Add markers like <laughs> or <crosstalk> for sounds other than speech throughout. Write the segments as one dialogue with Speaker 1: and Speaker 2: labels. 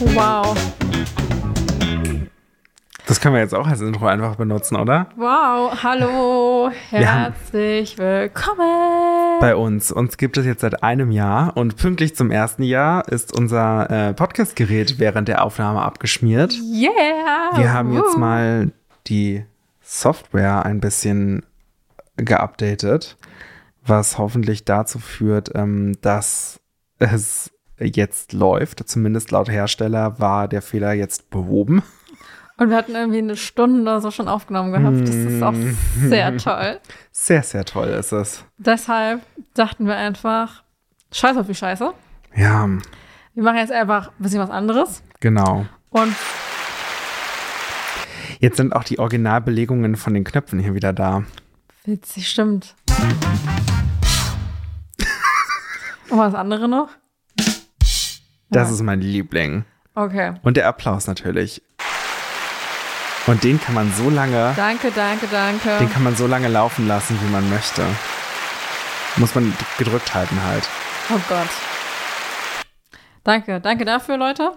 Speaker 1: Wow.
Speaker 2: Das können wir jetzt auch als Intro einfach benutzen, oder?
Speaker 1: Wow. Hallo.
Speaker 2: Wir haben-
Speaker 1: Herzlich willkommen.
Speaker 2: Bei uns. Uns gibt es jetzt seit einem Jahr und pünktlich zum ersten Jahr ist unser äh, Podcast-Gerät während der Aufnahme abgeschmiert.
Speaker 1: Yeah.
Speaker 2: Wir haben jetzt
Speaker 1: Woo.
Speaker 2: mal die Software ein bisschen geupdatet, was hoffentlich dazu führt, ähm, dass es jetzt läuft. Zumindest laut Hersteller war der Fehler jetzt behoben.
Speaker 1: Und wir hatten irgendwie eine Stunde oder so schon aufgenommen gehabt. Das ist
Speaker 2: Mhm.
Speaker 1: auch sehr toll.
Speaker 2: Sehr, sehr toll ist es.
Speaker 1: Deshalb dachten wir einfach, scheiß auf die Scheiße.
Speaker 2: Ja,
Speaker 1: Wir machen jetzt einfach ein bisschen was anderes.
Speaker 2: genau.
Speaker 1: Und
Speaker 2: Jetzt sind auch die Originalbelegungen von den Knöpfen hier wieder da.
Speaker 1: witzig, stimmt. Und was andere noch?
Speaker 2: Das
Speaker 1: Ja.
Speaker 2: ist mein Liebling.
Speaker 1: Okay.
Speaker 2: Und der Applaus natürlich. Und den kann man so lange,
Speaker 1: Danke, danke, danke.
Speaker 2: den kann man so lange laufen lassen, wie man möchte. Muss man d- gedrückt halten halt.
Speaker 1: Oh Gott. Danke, danke dafür, Leute.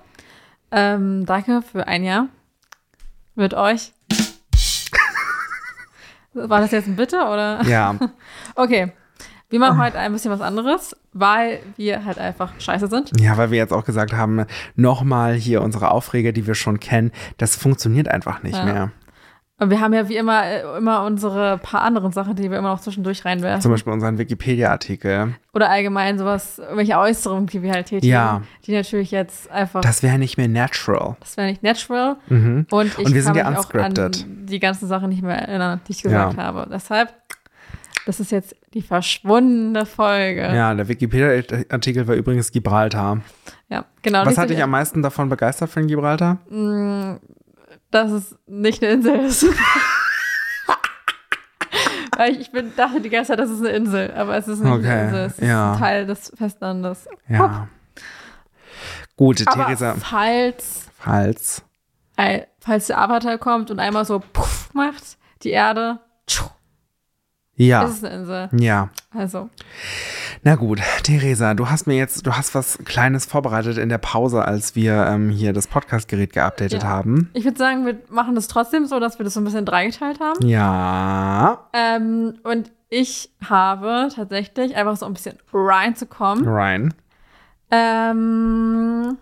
Speaker 1: Ähm, danke für ein Jahr mit euch. <laughs> War das jetzt ein Bitte oder? <laughs>
Speaker 2: Ja,
Speaker 1: Okay. Wir machen heute ein bisschen was anderes, weil wir halt einfach scheiße sind.
Speaker 2: ja, weil wir jetzt auch gesagt haben, nochmal hier unsere Aufreger, die wir schon kennen, das funktioniert einfach nicht
Speaker 1: Ja.
Speaker 2: mehr.
Speaker 1: Und wir haben ja wie immer äh, immer unsere paar anderen Sachen, die wir immer noch zwischendurch reinwerfen.
Speaker 2: Zum Beispiel unseren Wikipedia-Artikel.
Speaker 1: Oder allgemein sowas, irgendwelche Äußerungen, die wir halt tätigen.
Speaker 2: Ja.
Speaker 1: Die natürlich jetzt einfach, das,
Speaker 2: Das wäre nicht mehr natural.
Speaker 1: wäre nicht natural.
Speaker 2: Mhm.
Speaker 1: Und ich
Speaker 2: Und wir
Speaker 1: kann
Speaker 2: sind ja
Speaker 1: mich auch an
Speaker 2: unscripted.
Speaker 1: die ganzen Sachen nicht mehr erinnern, die ich gesagt
Speaker 2: Ja.
Speaker 1: habe. Deshalb, das ist jetzt die verschwundene Folge.
Speaker 2: Ja, der Wikipedia-Artikel war übrigens Gibraltar.
Speaker 1: Ja, genau.
Speaker 2: Was
Speaker 1: nicht so
Speaker 2: hat dich
Speaker 1: die-
Speaker 2: am meisten davon begeistert von Gibraltar?
Speaker 1: Dass es nicht eine Insel ist. <laughs> Weil ich, ich bin, dachte die ganze Zeit, das ist eine Insel, aber es ist nicht
Speaker 2: Okay,
Speaker 1: eine Insel. Es ist
Speaker 2: ja.
Speaker 1: ein Teil des Festlandes.
Speaker 2: Ja. Gut,
Speaker 1: Aber
Speaker 2: Theresa
Speaker 1: falls
Speaker 2: Hals.
Speaker 1: Ei- falls der Avatar kommt und einmal so puff macht, die Erde, tschuh,
Speaker 2: Ja. Ah.
Speaker 1: ist es eine Insel.
Speaker 2: Ja.
Speaker 1: Also,
Speaker 2: Na gut, Theresa, du hast mir jetzt, du hast was Kleines vorbereitet in der Pause, als wir ähm, hier das Podcast-Gerät
Speaker 1: Ja.
Speaker 2: geupdatet haben.
Speaker 1: ich würde sagen, wir machen das trotzdem so, dass wir das so ein bisschen dreigeteilt haben.
Speaker 2: Ja.
Speaker 1: Ähm, und ich habe tatsächlich, einfach so ein bisschen reinzukommen,
Speaker 2: Ryan.
Speaker 1: ähm,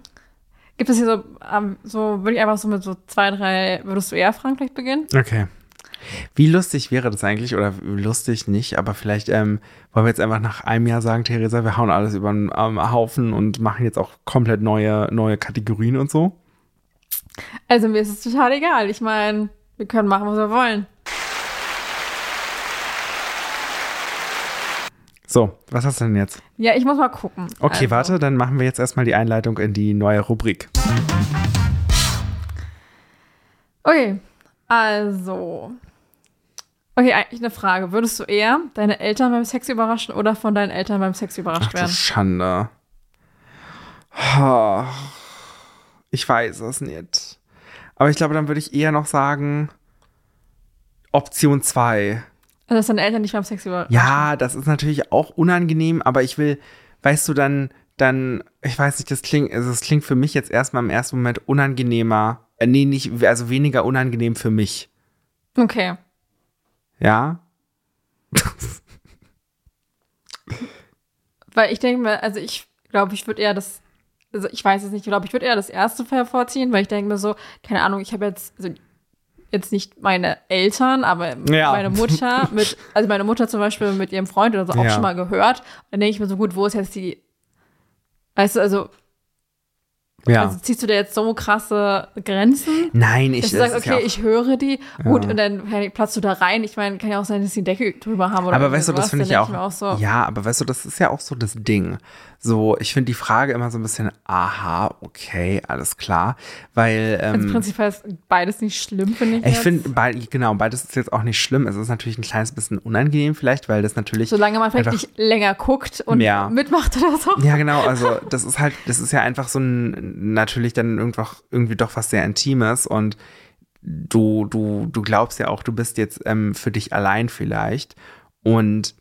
Speaker 1: gibt es hier so, ähm, so würde ich einfach so mit so zwei, drei, würdest du eher, Frank, vielleicht beginnen?
Speaker 2: Okay. Wie lustig wäre das eigentlich? Oder lustig nicht, aber vielleicht ähm, wollen wir jetzt einfach nach einem Jahr sagen, Theresa, wir hauen alles über den ähm, Haufen und machen jetzt auch komplett neue, neue Kategorien und so.
Speaker 1: Also, mir ist es total egal. Ich meine, wir können machen, was wir wollen.
Speaker 2: So, was hast du denn jetzt?
Speaker 1: Ja, ich muss mal gucken.
Speaker 2: Okay,
Speaker 1: Also,
Speaker 2: warte, dann machen wir jetzt erstmal die Einleitung in die neue Rubrik.
Speaker 1: Okay, also. Okay, eigentlich eine Frage. Würdest du eher deine Eltern beim Sex überraschen oder von deinen Eltern beim Sex
Speaker 2: Ach
Speaker 1: überrascht
Speaker 2: du
Speaker 1: werden?
Speaker 2: Schande. Ha, Ich weiß es nicht. Aber ich glaube, dann würde ich eher noch sagen, Option 2.
Speaker 1: Also, dass deine Eltern nicht beim Sex überraschen.
Speaker 2: Ja, das ist natürlich auch unangenehm, aber ich will, weißt du, dann, dann, ich weiß nicht, das klingt, also das klingt für mich jetzt erstmal im ersten Moment unangenehmer. Äh, nee, nicht, also weniger unangenehm für mich.
Speaker 1: Okay.
Speaker 2: Ja?
Speaker 1: Weil ich denke mir, also ich glaube, ich würde eher das. Also ich weiß es nicht, ich glaube, ich würde eher das erste vorziehen, weil ich denke mir so, keine Ahnung, ich habe jetzt, also jetzt nicht meine Eltern, aber
Speaker 2: Ja.
Speaker 1: meine Mutter mit, also meine Mutter zum Beispiel mit ihrem Freund oder so auch
Speaker 2: Ja.
Speaker 1: schon mal gehört. Und dann denke ich mir so, gut, wo ist jetzt die, weißt du, also
Speaker 2: Ja.
Speaker 1: Also ziehst du da jetzt so krasse Grenzen?
Speaker 2: Nein, ich,
Speaker 1: Dass du
Speaker 2: das
Speaker 1: sagst,
Speaker 2: ist ja
Speaker 1: okay,
Speaker 2: auch-
Speaker 1: ich höre die, gut,
Speaker 2: Ja.
Speaker 1: und dann kann ich- platzt du da rein. Ich meine, kann ja auch sein, dass die Decke drüber haben oder
Speaker 2: Aber
Speaker 1: irgendwie
Speaker 2: weißt du, das
Speaker 1: sowas.
Speaker 2: finde ich
Speaker 1: Dann
Speaker 2: ja
Speaker 1: denk
Speaker 2: auch,
Speaker 1: mir so.
Speaker 2: Ja, aber weißt du, das ist ja auch so das Ding. So, ich finde die Frage immer so ein bisschen, aha, okay, alles klar. Weil,
Speaker 1: Also
Speaker 2: ähm,
Speaker 1: prinzipiell ist beides nicht schlimm, finde ich.
Speaker 2: ich
Speaker 1: jetzt.
Speaker 2: finde, beid- genau, beides ist jetzt auch nicht schlimm. Es ist natürlich ein kleines bisschen unangenehm vielleicht, weil das natürlich.
Speaker 1: Solange man vielleicht
Speaker 2: einfach-
Speaker 1: nicht länger guckt und
Speaker 2: Ja.
Speaker 1: mitmacht oder so.
Speaker 2: Ja, genau, also das ist halt, das ist ja einfach so ein, natürlich dann irgendwo, irgendwie doch was sehr Intimes und du, du, du glaubst ja auch, du bist jetzt ähm, für dich allein vielleicht und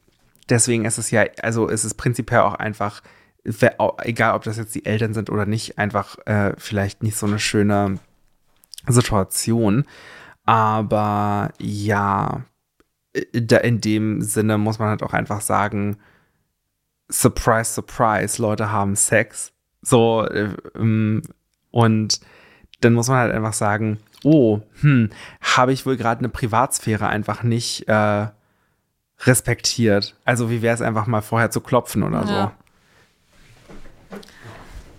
Speaker 2: deswegen ist es ja, also ist es prinzipiell auch einfach wär au- egal ob das jetzt die Eltern sind oder nicht, einfach äh, vielleicht nicht so eine schöne Situation. Aber ja, äh, da in dem Sinne muss man halt auch einfach sagen, surprise, surprise, Leute haben Sex. So, äh, ähm, und dann muss man halt einfach sagen, oh, hm, habe ich wohl gerade eine Privatsphäre einfach nicht äh, respektiert. Also wie wäre es einfach mal vorher zu klopfen oder
Speaker 1: Ja.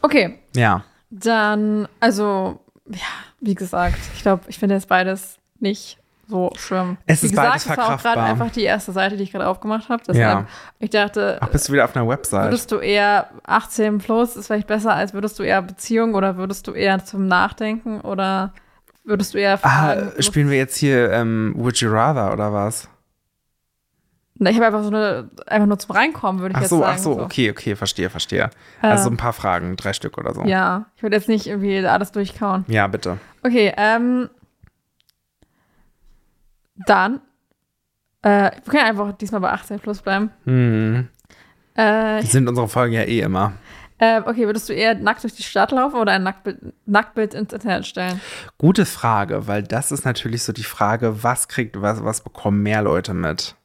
Speaker 1: Okay,
Speaker 2: so. Ja.
Speaker 1: dann, also, ja, wie gesagt, ich glaube, ich finde jetzt beides nicht so schlimm.
Speaker 2: Es
Speaker 1: wie
Speaker 2: ist
Speaker 1: gesagt,
Speaker 2: beides
Speaker 1: es war auch gerade
Speaker 2: verkraftbar.
Speaker 1: einfach die erste Seite, die ich gerade aufgemacht habe.
Speaker 2: Ja.
Speaker 1: Deshalb, ich dachte,
Speaker 2: Ach, bist du wieder auf einer Website?
Speaker 1: Würdest du eher 18 plus ist vielleicht besser, als würdest du eher Beziehung oder würdest du eher zum Nachdenken oder würdest du eher fragen,
Speaker 2: Ah, spielen wir jetzt hier ähm, Would You Rather oder was?
Speaker 1: Na, ich habe einfach so eine, einfach nur zum Reinkommen, würde ich
Speaker 2: Ach
Speaker 1: jetzt
Speaker 2: so,
Speaker 1: sagen.
Speaker 2: ach so, okay, okay, verstehe, verstehe.
Speaker 1: Äh.
Speaker 2: Also so ein paar Fragen, drei Stück oder so.
Speaker 1: Ja, ich würde jetzt nicht irgendwie alles durchkauen.
Speaker 2: Ja, bitte.
Speaker 1: Okay, ähm. Dann. Äh, wir können einfach diesmal bei 18 plus bleiben.
Speaker 2: Hm.
Speaker 1: Äh,
Speaker 2: Sind unsere Folgen ja eh immer.
Speaker 1: äh, okay, würdest du eher nackt durch die Stadt laufen oder ein Nacktbild, Nacktbild ins Internet stellen?
Speaker 2: Gute Frage, weil das ist natürlich so die Frage, was kriegt, was, was bekommen mehr Leute mit?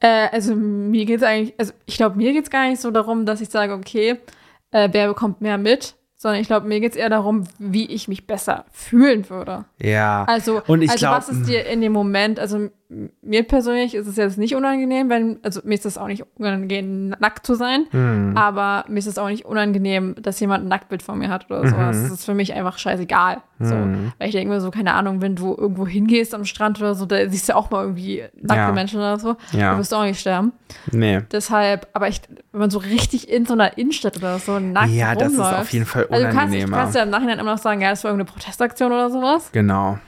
Speaker 1: Äh, also mir geht's eigentlich, also ich glaube, mir geht's gar nicht so darum, dass ich sage, okay, äh, wer bekommt mehr mit, sondern ich glaube, mir geht's eher darum, wie ich mich besser fühlen würde.
Speaker 2: Ja.
Speaker 1: Also,
Speaker 2: Und ich
Speaker 1: also
Speaker 2: glaub-
Speaker 1: was ist dir in dem Moment, also m- mir persönlich ist es jetzt nicht unangenehm, wenn, also mir ist es auch nicht unangenehm, nackt zu sein,
Speaker 2: Hm.
Speaker 1: aber mir ist es auch nicht unangenehm, dass jemand ein Nacktbild von mir hat oder
Speaker 2: Mhm.
Speaker 1: sowas. Das ist für mich einfach scheißegal. So.
Speaker 2: Hm.
Speaker 1: Weil ich denke mir so, keine Ahnung, wenn du irgendwo hingehst am Strand oder so, da siehst du auch mal irgendwie nackte
Speaker 2: Ja.
Speaker 1: Menschen oder so,
Speaker 2: Ja.
Speaker 1: du wirst auch nicht sterben.
Speaker 2: nee.
Speaker 1: Deshalb, aber ich, wenn man so richtig in so einer Innenstadt oder so nackt
Speaker 2: Ja, das ist
Speaker 1: rumläuft,
Speaker 2: auf jeden Fall
Speaker 1: Also du kannst, du
Speaker 2: unangenehmer.
Speaker 1: kannst ja im Nachhinein immer noch sagen, ja, das war irgendeine Protestaktion oder sowas.
Speaker 2: Genau.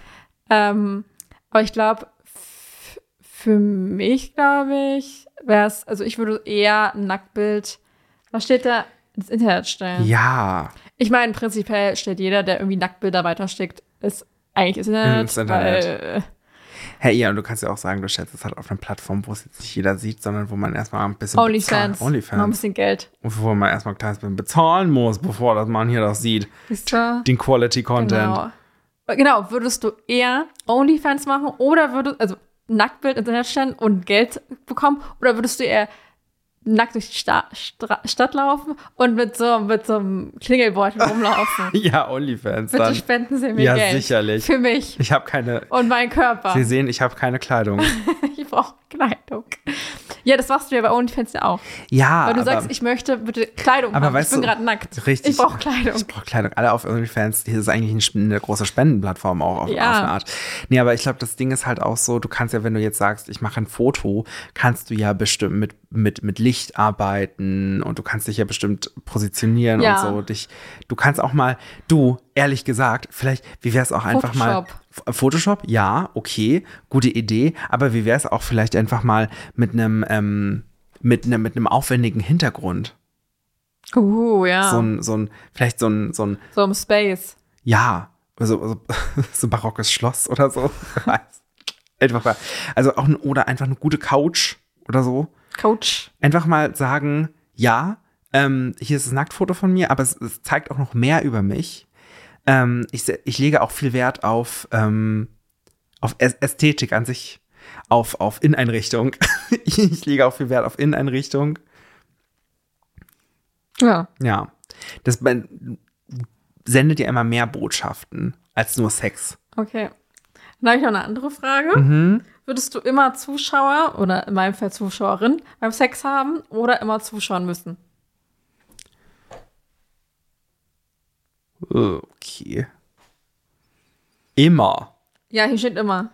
Speaker 1: Ähm, aber ich glaube, für mich, glaube ich, wäre es, also ich würde eher ein Nacktbild, was steht da, ins Internet stellen.
Speaker 2: Ja.
Speaker 1: Ich meine, prinzipiell stellt jeder, der irgendwie Nacktbilder weiterschickt, ist eigentlich ins Internet.
Speaker 2: Ins Internet.
Speaker 1: Weil,
Speaker 2: Hey, ja, und du kannst ja auch sagen, du stellst es halt auf eine Plattform, wo es jetzt nicht jeder sieht, sondern wo man erstmal ein bisschen
Speaker 1: Onlyfans.
Speaker 2: bezahlen-
Speaker 1: Noch ein
Speaker 2: Onlyfans.
Speaker 1: bisschen Geld.
Speaker 2: Und wo man erstmal ein kleines bisschen bezahlen muss, bevor das man hier das sieht.
Speaker 1: Siehst du?
Speaker 2: Den Quality Content.
Speaker 1: Genau. Genau, würdest du eher Onlyfans machen oder würdest, also Nacktbild ins Internet stellen und Geld bekommen oder würdest du eher nackt durch die Sta Stra Stadt laufen und mit so, mit so einem Klingelbeutel rumlaufen?
Speaker 2: <laughs> <laughs> Ja, Onlyfans
Speaker 1: Bitte
Speaker 2: dann.
Speaker 1: spenden Sie mir
Speaker 2: Ja,
Speaker 1: Geld.
Speaker 2: sicherlich.
Speaker 1: Für mich
Speaker 2: Ich habe keine.
Speaker 1: und meinen Körper.
Speaker 2: Sie sehen, ich habe keine Kleidung.
Speaker 1: <laughs> Ich brauche Kleidung. Ja, das machst du ja bei Onlyfans ja auch.
Speaker 2: Ja,
Speaker 1: Weil du
Speaker 2: Ah, aber
Speaker 1: sagst, ich möchte bitte Kleidung
Speaker 2: Aber
Speaker 1: haben.
Speaker 2: weißt
Speaker 1: ich bin
Speaker 2: du-
Speaker 1: gerade nackt.
Speaker 2: richtig.
Speaker 1: Ich brauche Kleidung.
Speaker 2: ich brauche Kleidung. Alle auf Onlyfans, das ist eigentlich ein Sp- eine große Spendenplattform auch auf,
Speaker 1: Ja.
Speaker 2: auf eine Art. Nee, aber ich glaube, das Ding ist halt auch so, du kannst ja, wenn du jetzt sagst, ich mache ein Foto, kannst du ja bestimmt mit, mit, mit Licht arbeiten und du kannst dich ja bestimmt positionieren
Speaker 1: Ja.
Speaker 2: und so. Dich, du kannst auch mal, du, ehrlich gesagt, vielleicht, wie wäre es auch einfach mal.
Speaker 1: Photoshop.
Speaker 2: F- Photoshop, ja, okay, gute Idee, aber wie wäre es auch vielleicht einfach mal mit einem, ähm, mit einem, mit einem aufwendigen Hintergrund?
Speaker 1: Uh, ja.
Speaker 2: So
Speaker 1: So,
Speaker 2: ein, so ein, vielleicht so ein, so ein,
Speaker 1: im Space.
Speaker 2: ja, also, also so <laughs> ein barockes Schloss oder so. <laughs> einfach mal, also auch ein, oder einfach eine gute Couch oder so.
Speaker 1: Coach.
Speaker 2: Einfach mal sagen, ja, ähm, hier ist das Nacktfoto von mir, aber es, es zeigt auch noch mehr über mich. Ähm, ich, se- ich lege auch viel Wert auf, ähm, auf Ä- Ästhetik an sich, auf, auf Inneneinrichtung. <laughs> ich lege auch viel Wert auf Inneneinrichtung.
Speaker 1: Ja.
Speaker 2: Ja. Das man sendet ja immer mehr Botschaften als nur Sex.
Speaker 1: Okay. Dann habe ich noch eine andere Frage.
Speaker 2: Mhm.
Speaker 1: Würdest du immer Zuschauer oder in meinem Fall Zuschauerin beim Sex haben oder immer zuschauen müssen?
Speaker 2: Okay. Immer.
Speaker 1: Ja, hier steht immer.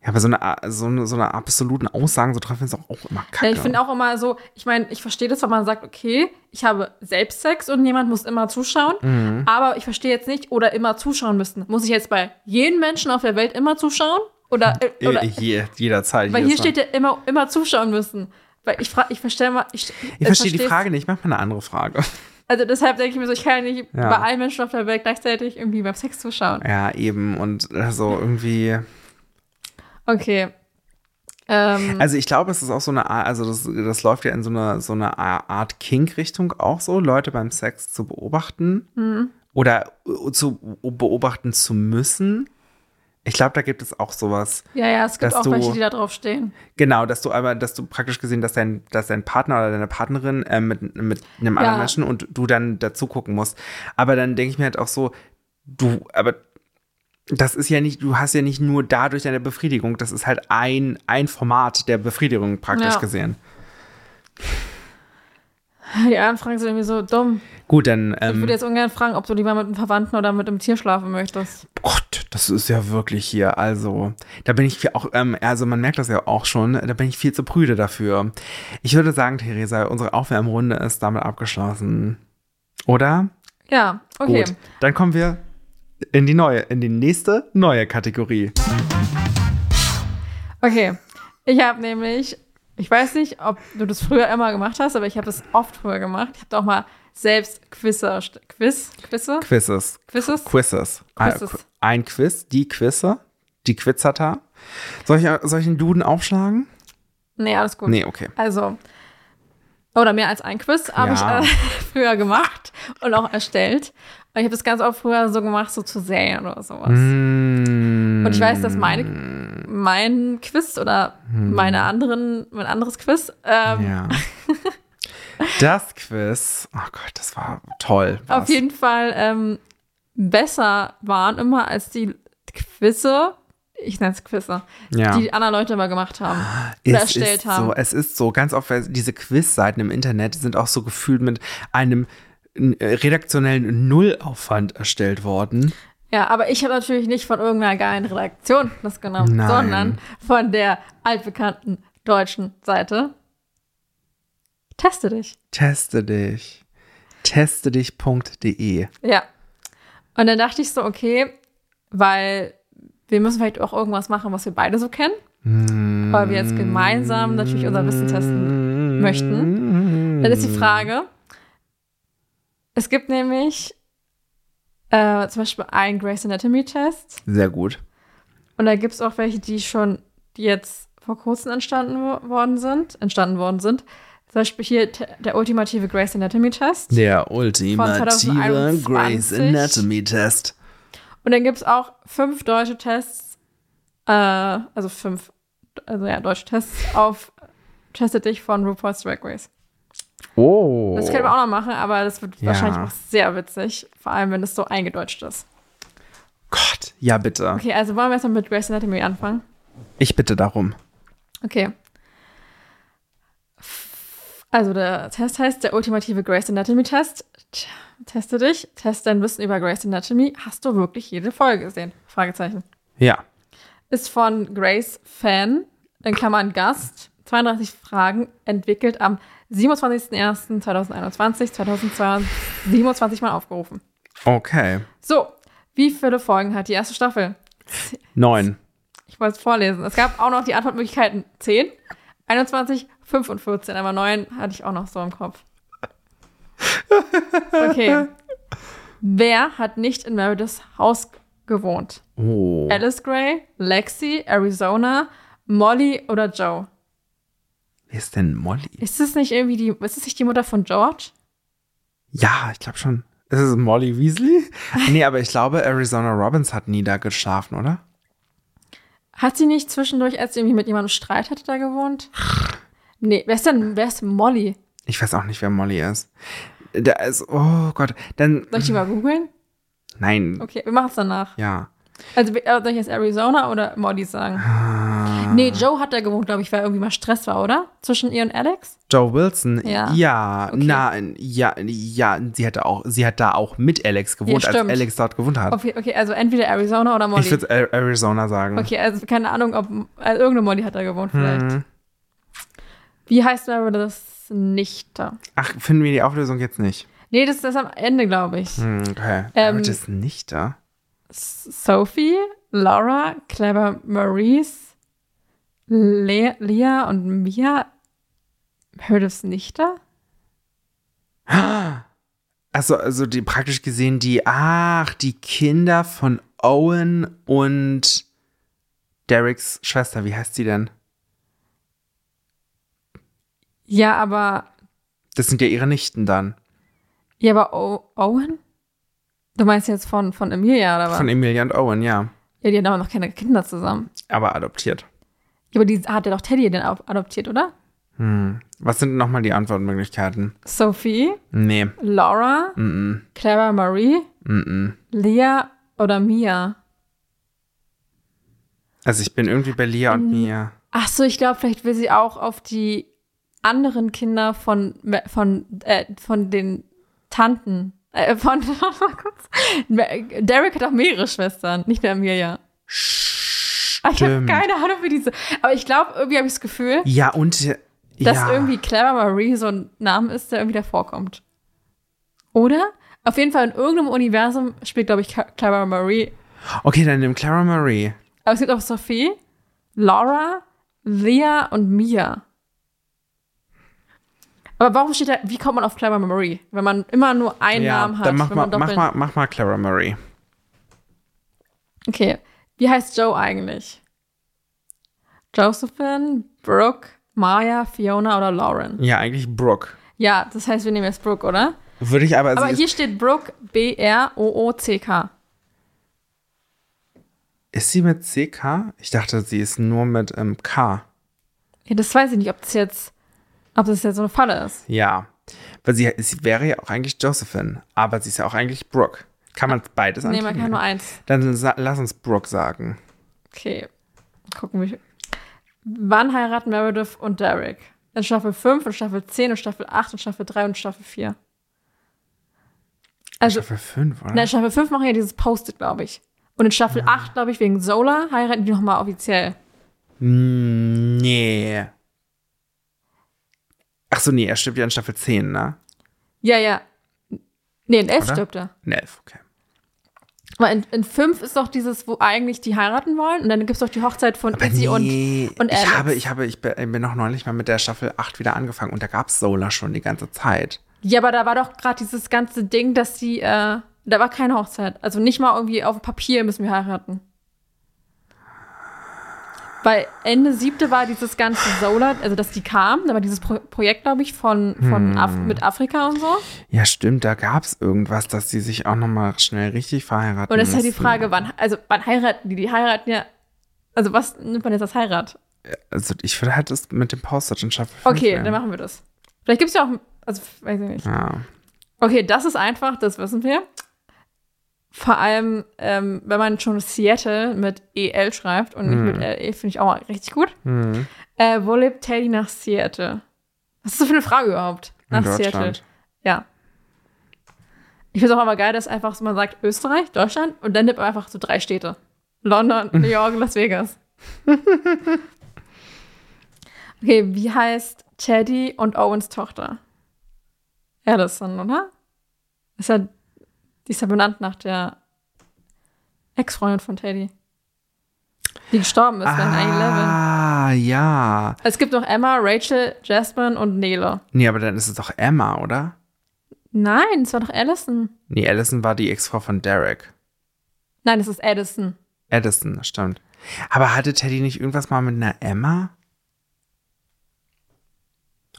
Speaker 2: Ja, aber so eine, a- so eine, so eine absoluten Aussagen so treffen ist auch, auch immer kacke.
Speaker 1: Ja, ich finde auch immer so, ich meine, ich verstehe das, wenn man sagt, okay, ich habe selbst Sex und jemand muss immer zuschauen,
Speaker 2: Mhm.
Speaker 1: aber ich verstehe jetzt nicht, oder immer zuschauen müssen. Muss ich jetzt bei jedem Menschen auf der Welt immer zuschauen? Oder, äh,
Speaker 2: Äh,
Speaker 1: oder
Speaker 2: hier, jederzeit.
Speaker 1: weil hier
Speaker 2: jedes Mal.
Speaker 1: steht ja immer, immer zuschauen müssen. Weil ich frage, ich verstehe mal, ich,
Speaker 2: ich verstehe die
Speaker 1: versteh's-
Speaker 2: Frage nicht, mach mal eine andere Frage.
Speaker 1: Also deshalb denke ich mir so, ich kann ja nicht
Speaker 2: Ja.
Speaker 1: bei allen Menschen auf der Welt gleichzeitig irgendwie beim Sex zuschauen.
Speaker 2: also, Ja, eben. Und äh, so irgendwie.
Speaker 1: Okay. Ähm,
Speaker 2: Also ich glaube, es ist auch so eine Art, also das, das läuft ja in so einer so eine Art Kink-Richtung auch so, Leute beim Sex zu beobachten
Speaker 1: Mhm.
Speaker 2: oder äh, zu beobachten zu müssen. Ich glaube, da gibt es auch sowas.
Speaker 1: ja, ja, es gibt
Speaker 2: dass
Speaker 1: auch welche,
Speaker 2: du-
Speaker 1: die da drauf stehen. <laughs>
Speaker 2: Genau, dass du aber, dass du praktisch gesehen, dass dein, dass dein Partner oder deine Partnerin äh, mit, mit einem
Speaker 1: Ja.
Speaker 2: anderen Menschen und du dann dazu gucken musst. Aber dann denke ich mir halt auch so, du, aber das ist ja nicht, du hast ja nicht nur dadurch deine Befriedigung, das ist halt ein, ein Format der Befriedigung praktisch
Speaker 1: Ja.
Speaker 2: gesehen.
Speaker 1: Die anderen fragen sind irgendwie so dumm.
Speaker 2: Gut, dann,
Speaker 1: Ich
Speaker 2: ähm,
Speaker 1: würde jetzt ungern fragen, ob du lieber mit einem Verwandten oder mit einem Tier schlafen möchtest.
Speaker 2: Gott, das ist ja wirklich hier, also, da bin ich viel auch, ähm, also man merkt das ja auch schon, da bin ich viel zu prüde dafür. Ich würde sagen, Theresa, unsere Aufwärmrunde ist damit abgeschlossen. Oder?
Speaker 1: Ja, okay.
Speaker 2: Gut, dann kommen wir in die neue, in die nächste neue Kategorie.
Speaker 1: Okay. Ich habe nämlich, ich weiß nicht, ob du das früher immer gemacht hast, aber ich habe das oft früher gemacht. Ich habe da auch mal selbst Quizze, erst- Quiz, Quizze,
Speaker 2: Quizzes.
Speaker 1: Quizzes.
Speaker 2: Quizzes. Ein-
Speaker 1: Quizzes.
Speaker 2: Ein Quiz, die Quizze, die Quizzata. Soll ich, soll ich einen Duden aufschlagen?
Speaker 1: Nee, alles gut.
Speaker 2: Nee, okay.
Speaker 1: Also, oder mehr als ein Quiz habe
Speaker 2: Ja.
Speaker 1: ich äh, <laughs> früher gemacht und auch erstellt. Und ich habe das ganz oft früher so gemacht, so zu Serien oder sowas.
Speaker 2: Mm. Hm,
Speaker 1: Und
Speaker 2: Und
Speaker 1: ich weiß, dass meine, mein Quiz oder meine anderen, mein anderes Quiz, ähm,
Speaker 2: Mm. Ja. Das Quiz, oh Gott, das war toll.
Speaker 1: auf jeden Fall ähm, besser waren immer als die Quizze, ich nenne es Quizze,
Speaker 2: Ja. Ah.
Speaker 1: die anderen Leute immer gemacht haben.
Speaker 2: es
Speaker 1: erstellt
Speaker 2: ist
Speaker 1: haben.
Speaker 2: So, es ist so, ganz oft, weil diese Quizseiten im Internet sind auch so gefühlt mit einem äh, redaktionellen Nullaufwand erstellt worden.
Speaker 1: Ja, aber ich habe natürlich nicht von irgendeiner geilen Redaktion das genommen,
Speaker 2: Nein.
Speaker 1: sondern von der altbekannten deutschen Seite. Teste dich.
Speaker 2: Teste dich. Teste dich.de.
Speaker 1: Ja. Und dann dachte ich so, okay, weil wir müssen vielleicht auch irgendwas machen, was wir beide so kennen, weil wir jetzt gemeinsam natürlich unser Wissen testen möchten. Dann ist die Frage, es gibt nämlich äh, zum Beispiel einen Grace Anatomy Test.
Speaker 2: Sehr gut.
Speaker 1: Und da gibt es auch welche, die schon die jetzt vor kurzem entstanden wo worden sind, entstanden worden sind. Zum Beispiel hier t- der ultimative Grey's Anatomy Test.
Speaker 2: Der ultimative
Speaker 1: 2021.
Speaker 2: Grey's Anatomy Test.
Speaker 1: Und dann gibt es auch fünf deutsche Tests, äh, also fünf, also ja, deutsche Tests auf Testet dich von RuPaul's Drag Race.
Speaker 2: Oh.
Speaker 1: Das können wir auch noch machen, aber das wird
Speaker 2: Ja.
Speaker 1: wahrscheinlich auch sehr witzig, vor allem wenn es so eingedeutscht ist.
Speaker 2: Gott, ja bitte.
Speaker 1: Okay, also wollen wir erstmal mit Grey's Anatomy anfangen?
Speaker 2: Ich bitte darum.
Speaker 1: Okay. Also der Test heißt der ultimative Grey's Anatomy Test. Tch, Teste dich, test dein Wissen über Grey's Anatomy. Hast du wirklich jede Folge gesehen? Fragezeichen.
Speaker 2: Ja.
Speaker 1: Ist von Grace Fan, in Klammern Gast, 32 Fragen, entwickelt am 27.01.2021, 2027 Mal aufgerufen.
Speaker 2: Okay.
Speaker 1: So, wie viele Folgen hat die erste Staffel?
Speaker 2: Neun.
Speaker 1: Ich wollte es vorlesen. Es gab auch noch die Antwortmöglichkeiten 10, 21, 5 und 14. Aber 9 hatte ich auch noch so im Kopf. Okay. Wer hat nicht in Merediths Haus gewohnt?
Speaker 2: Oh.
Speaker 1: Alice Gray, Lexi, Arizona, Molly oder Joe?
Speaker 2: Wer ist denn Molly?
Speaker 1: Ist es nicht irgendwie die, ist es nicht die Mutter von George?
Speaker 2: Ja, ich glaube schon. Ist es Molly
Speaker 1: <laughs>
Speaker 2: Weasley? nee, aber ich glaube, Arizona Robbins hat nie da geschlafen, oder?
Speaker 1: Hat sie nicht zwischendurch, als sie irgendwie mit jemandem Streit hatte, da gewohnt? Nee, wer ist denn, wer ist Molly?
Speaker 2: Ich weiß auch nicht, wer Molly ist. Da ist, oh Gott, dann,
Speaker 1: Soll ich die mal googeln?
Speaker 2: nein,
Speaker 1: Okay, wir machen es danach.
Speaker 2: ja.
Speaker 1: Also äh, soll ich jetzt Arizona oder Molly sagen?
Speaker 2: Ah.
Speaker 1: Nee, Joe hat da gewohnt, glaube ich, weil irgendwie mal Stress war, oder? Zwischen ihr und Alex?
Speaker 2: Joe Wilson,
Speaker 1: Ja.
Speaker 2: ja,
Speaker 1: Okay.
Speaker 2: nein, ja, ja, sie hatte auch, sie hat da auch mit Alex gewohnt, als
Speaker 1: stimmt.
Speaker 2: Alex dort gewohnt hat.
Speaker 1: Okay, okay also entweder Arizona oder Molly.
Speaker 2: Ich würde Arizona sagen. Mhm.
Speaker 1: okay, also keine Ahnung, ob äh, irgendeine Molly hat da gewohnt vielleicht.
Speaker 2: Hm.
Speaker 1: Wie heißt Merediths Nichte?
Speaker 2: Ach, finden wir die Auflösung jetzt nicht.
Speaker 1: Nee, das ist das am Ende, glaube ich.
Speaker 2: Hm, okay.
Speaker 1: Ähm,
Speaker 2: aber das ist nicht da.
Speaker 1: Sophie, Laura, Clever Maurice, Le Leah und Mia. Merediths Nichte?
Speaker 2: Also, also die praktisch gesehen die, ach, die Kinder von Owen und Dereks Schwester, wie heißt sie denn?
Speaker 1: Ja, aber.
Speaker 2: Das sind ja ihre Nichten dann.
Speaker 1: Ja, aber o Owen? Du meinst jetzt von, von Emilia oder was?
Speaker 2: Von Emilia und Owen, ja.
Speaker 1: ja, die haben aber noch keine Kinder zusammen.
Speaker 2: Aber adoptiert.
Speaker 1: Ja, aber die hat ja doch Teddy denn au- adoptiert, oder?
Speaker 2: Hm. Was sind nochmal die Antwortmöglichkeiten?
Speaker 1: Sophie,
Speaker 2: Nee.
Speaker 1: Laura,
Speaker 2: Mm
Speaker 1: Clara Marie,
Speaker 2: -mm. Mm -mm.
Speaker 1: Lea oder Mia?
Speaker 2: Also ich bin irgendwie bei Lia und
Speaker 1: Ähm,
Speaker 2: Mia.
Speaker 1: Ach so, ich glaube, vielleicht will sie auch auf die anderen Kinder von von äh, von den Tanten äh, von <laughs> mal kurz. Derek hat auch mehrere Schwestern, nicht nur Amelia. Ah, <laughs> Ich habe
Speaker 2: Stimmt.
Speaker 1: keine Ahnung für diese. Aber ich glaube, irgendwie habe ich das Gefühl,
Speaker 2: Ja, und äh,
Speaker 1: dass
Speaker 2: ja.
Speaker 1: irgendwie Clara Marie so ein Name ist, der irgendwie davor kommt. Oder? Auf jeden Fall in irgendeinem Universum spielt, glaube ich, Ca- Clara Marie.
Speaker 2: Okay, dann nimm Clara Marie.
Speaker 1: Aber es gibt auch Sophie, Laura, Lea und Mia. Aber warum steht da, wie kommt man auf Clara Marie? Wenn man immer nur einen
Speaker 2: ja,
Speaker 1: Namen hat.
Speaker 2: dann mach
Speaker 1: wenn
Speaker 2: mal,
Speaker 1: man
Speaker 2: mach,
Speaker 1: doppelt-
Speaker 2: mal, mach mal Clara Marie.
Speaker 1: Okay, wie heißt Joe eigentlich? Josephine, Brooke, Maya, Fiona oder Lauren?
Speaker 2: Ja, eigentlich Brooke.
Speaker 1: Ja, das heißt, wir nehmen jetzt Brooke, oder?
Speaker 2: Würde ich aber. Also
Speaker 1: Aber
Speaker 2: ist,
Speaker 1: hier steht Brooke, B-R-O-O-C-K.
Speaker 2: ist sie mit CK? Ich dachte, sie ist nur mit ähm, K.
Speaker 1: Ja, das weiß ich nicht, ob das jetzt, ob das jetzt so eine Falle ist.
Speaker 2: Ja. Weil sie, sie wäre ja auch eigentlich Josephine, aber sie ist ja auch eigentlich Brooke. Kann man beides
Speaker 1: Nee, man kann
Speaker 2: anklicken?
Speaker 1: nur eins.
Speaker 2: Dann sa- lass uns Brooke sagen.
Speaker 1: Okay, gucken wir. Wann heiraten Meredith und Derek? In Staffel 5 und Staffel 10 und Staffel 8 und Staffel 3 und Staffel 4.
Speaker 2: Ah.
Speaker 1: Also,
Speaker 2: Staffel 5, oder?
Speaker 1: Na, in Staffel 5 machen ja dieses Post-it, glaube ich. Und in Staffel
Speaker 2: Ah.
Speaker 1: 8, glaube ich, wegen Zola heiraten die nochmal offiziell.
Speaker 2: Hm, nee. Ach so, nee, er stirbt ja in Staffel 10, ne?
Speaker 1: Ja, ja. Nee, in 11
Speaker 2: Oder?
Speaker 1: stirbt er.
Speaker 2: In 11, okay.
Speaker 1: Aber in, in 5 ist doch dieses, wo eigentlich die heiraten wollen. Und dann gibt es doch die Hochzeit von Izzy und. und
Speaker 2: ich
Speaker 1: Alex.
Speaker 2: habe, ich habe, ich bin ich bin noch neulich mal mit der Staffel 8 wieder angefangen und da gab es Sola schon die ganze Zeit.
Speaker 1: Ja, aber da war doch gerade dieses ganze Ding, dass sie. Äh, da war keine Hochzeit. Also nicht mal irgendwie auf dem Papier müssen wir heiraten. Weil Ende siebte war dieses ganze Zola, also dass die kam, da war dieses Pro Projekt, glaube ich, von, von Af mit Afrika und so.
Speaker 2: Ja, stimmt, da gab es irgendwas, dass die sich auch nochmal schnell richtig verheiraten
Speaker 1: Und das ist halt die
Speaker 2: mussten.
Speaker 1: Frage, wann, also wann heiraten die? Die heiraten ja. Also was nimmt man jetzt als Heirat?
Speaker 2: Also ich würde halt das mit dem Postage in Staffel 5
Speaker 1: Okay,
Speaker 2: nehmen.
Speaker 1: dann machen wir das. Vielleicht gibt es ja auch. Also, weiß ich nicht.
Speaker 2: Ja.
Speaker 1: Okay, das ist einfach, das wissen wir. Vor allem, ähm, wenn man schon Seattle mit EL schreibt und nicht mit LE, finde ich auch richtig gut.
Speaker 2: Hm.
Speaker 1: Äh, wo lebt Teddy nach Seattle? Was ist das für eine Frage überhaupt? Nach
Speaker 2: In
Speaker 1: Seattle.
Speaker 2: Deutschland.
Speaker 1: Ja. Ich finde es auch immer geil, dass einfach so man sagt Österreich, Deutschland und dann nimmt man einfach so drei Städte. London, New York, Las Vegas. <laughs> okay, wie heißt Teddy und Owens Tochter? Allison, oder? Ist ja, die ist ja benannt nach der Ex-Freundin von Teddy. Die gestorben ist nach 9-11.
Speaker 2: Ah, ja.
Speaker 1: Es gibt noch Emma, Rachel, Jasmine und Nele.
Speaker 2: Nee, aber dann ist es doch Emma, oder?
Speaker 1: Nein, es war doch Allison.
Speaker 2: Nee, Allison war die Ex-Frau von Derek.
Speaker 1: Nein, es ist Addison.
Speaker 2: Addison, das stimmt. Aber hatte Teddy nicht irgendwas mal mit einer Emma?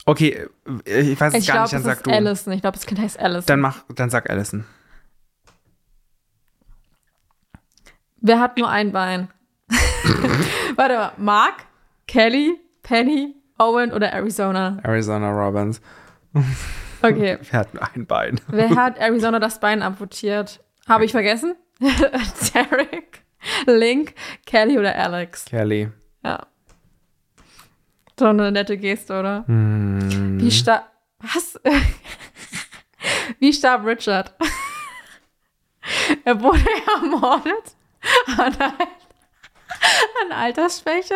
Speaker 2: Okay, äh, ich weiß es
Speaker 1: Ich glaube,
Speaker 2: gar nicht, dann
Speaker 1: es
Speaker 2: sag
Speaker 1: ist
Speaker 2: du.
Speaker 1: Allison. Ich glaube, das Kind heißt Allison.
Speaker 2: Dann mach, dann sag Allison.
Speaker 1: Wer hat nur ein Bein?
Speaker 2: <laughs>
Speaker 1: Warte mal. Mark, Kelly, Penny, Owen oder Arizona?
Speaker 2: Arizona Robbins. <laughs>
Speaker 1: Okay.
Speaker 2: Wir hatten ein Bein.
Speaker 1: Wer hat Arizona das Bein amputiert? Habe ich vergessen? <laughs> Derek, Link, Kelly oder Alex?
Speaker 2: Kelly.
Speaker 1: Ja. So eine nette Geste, oder?
Speaker 2: Hm.
Speaker 1: Wie starb. Was? <laughs> Wie starb Richard? <laughs> er wurde ermordet an, Al- an Altersschwäche,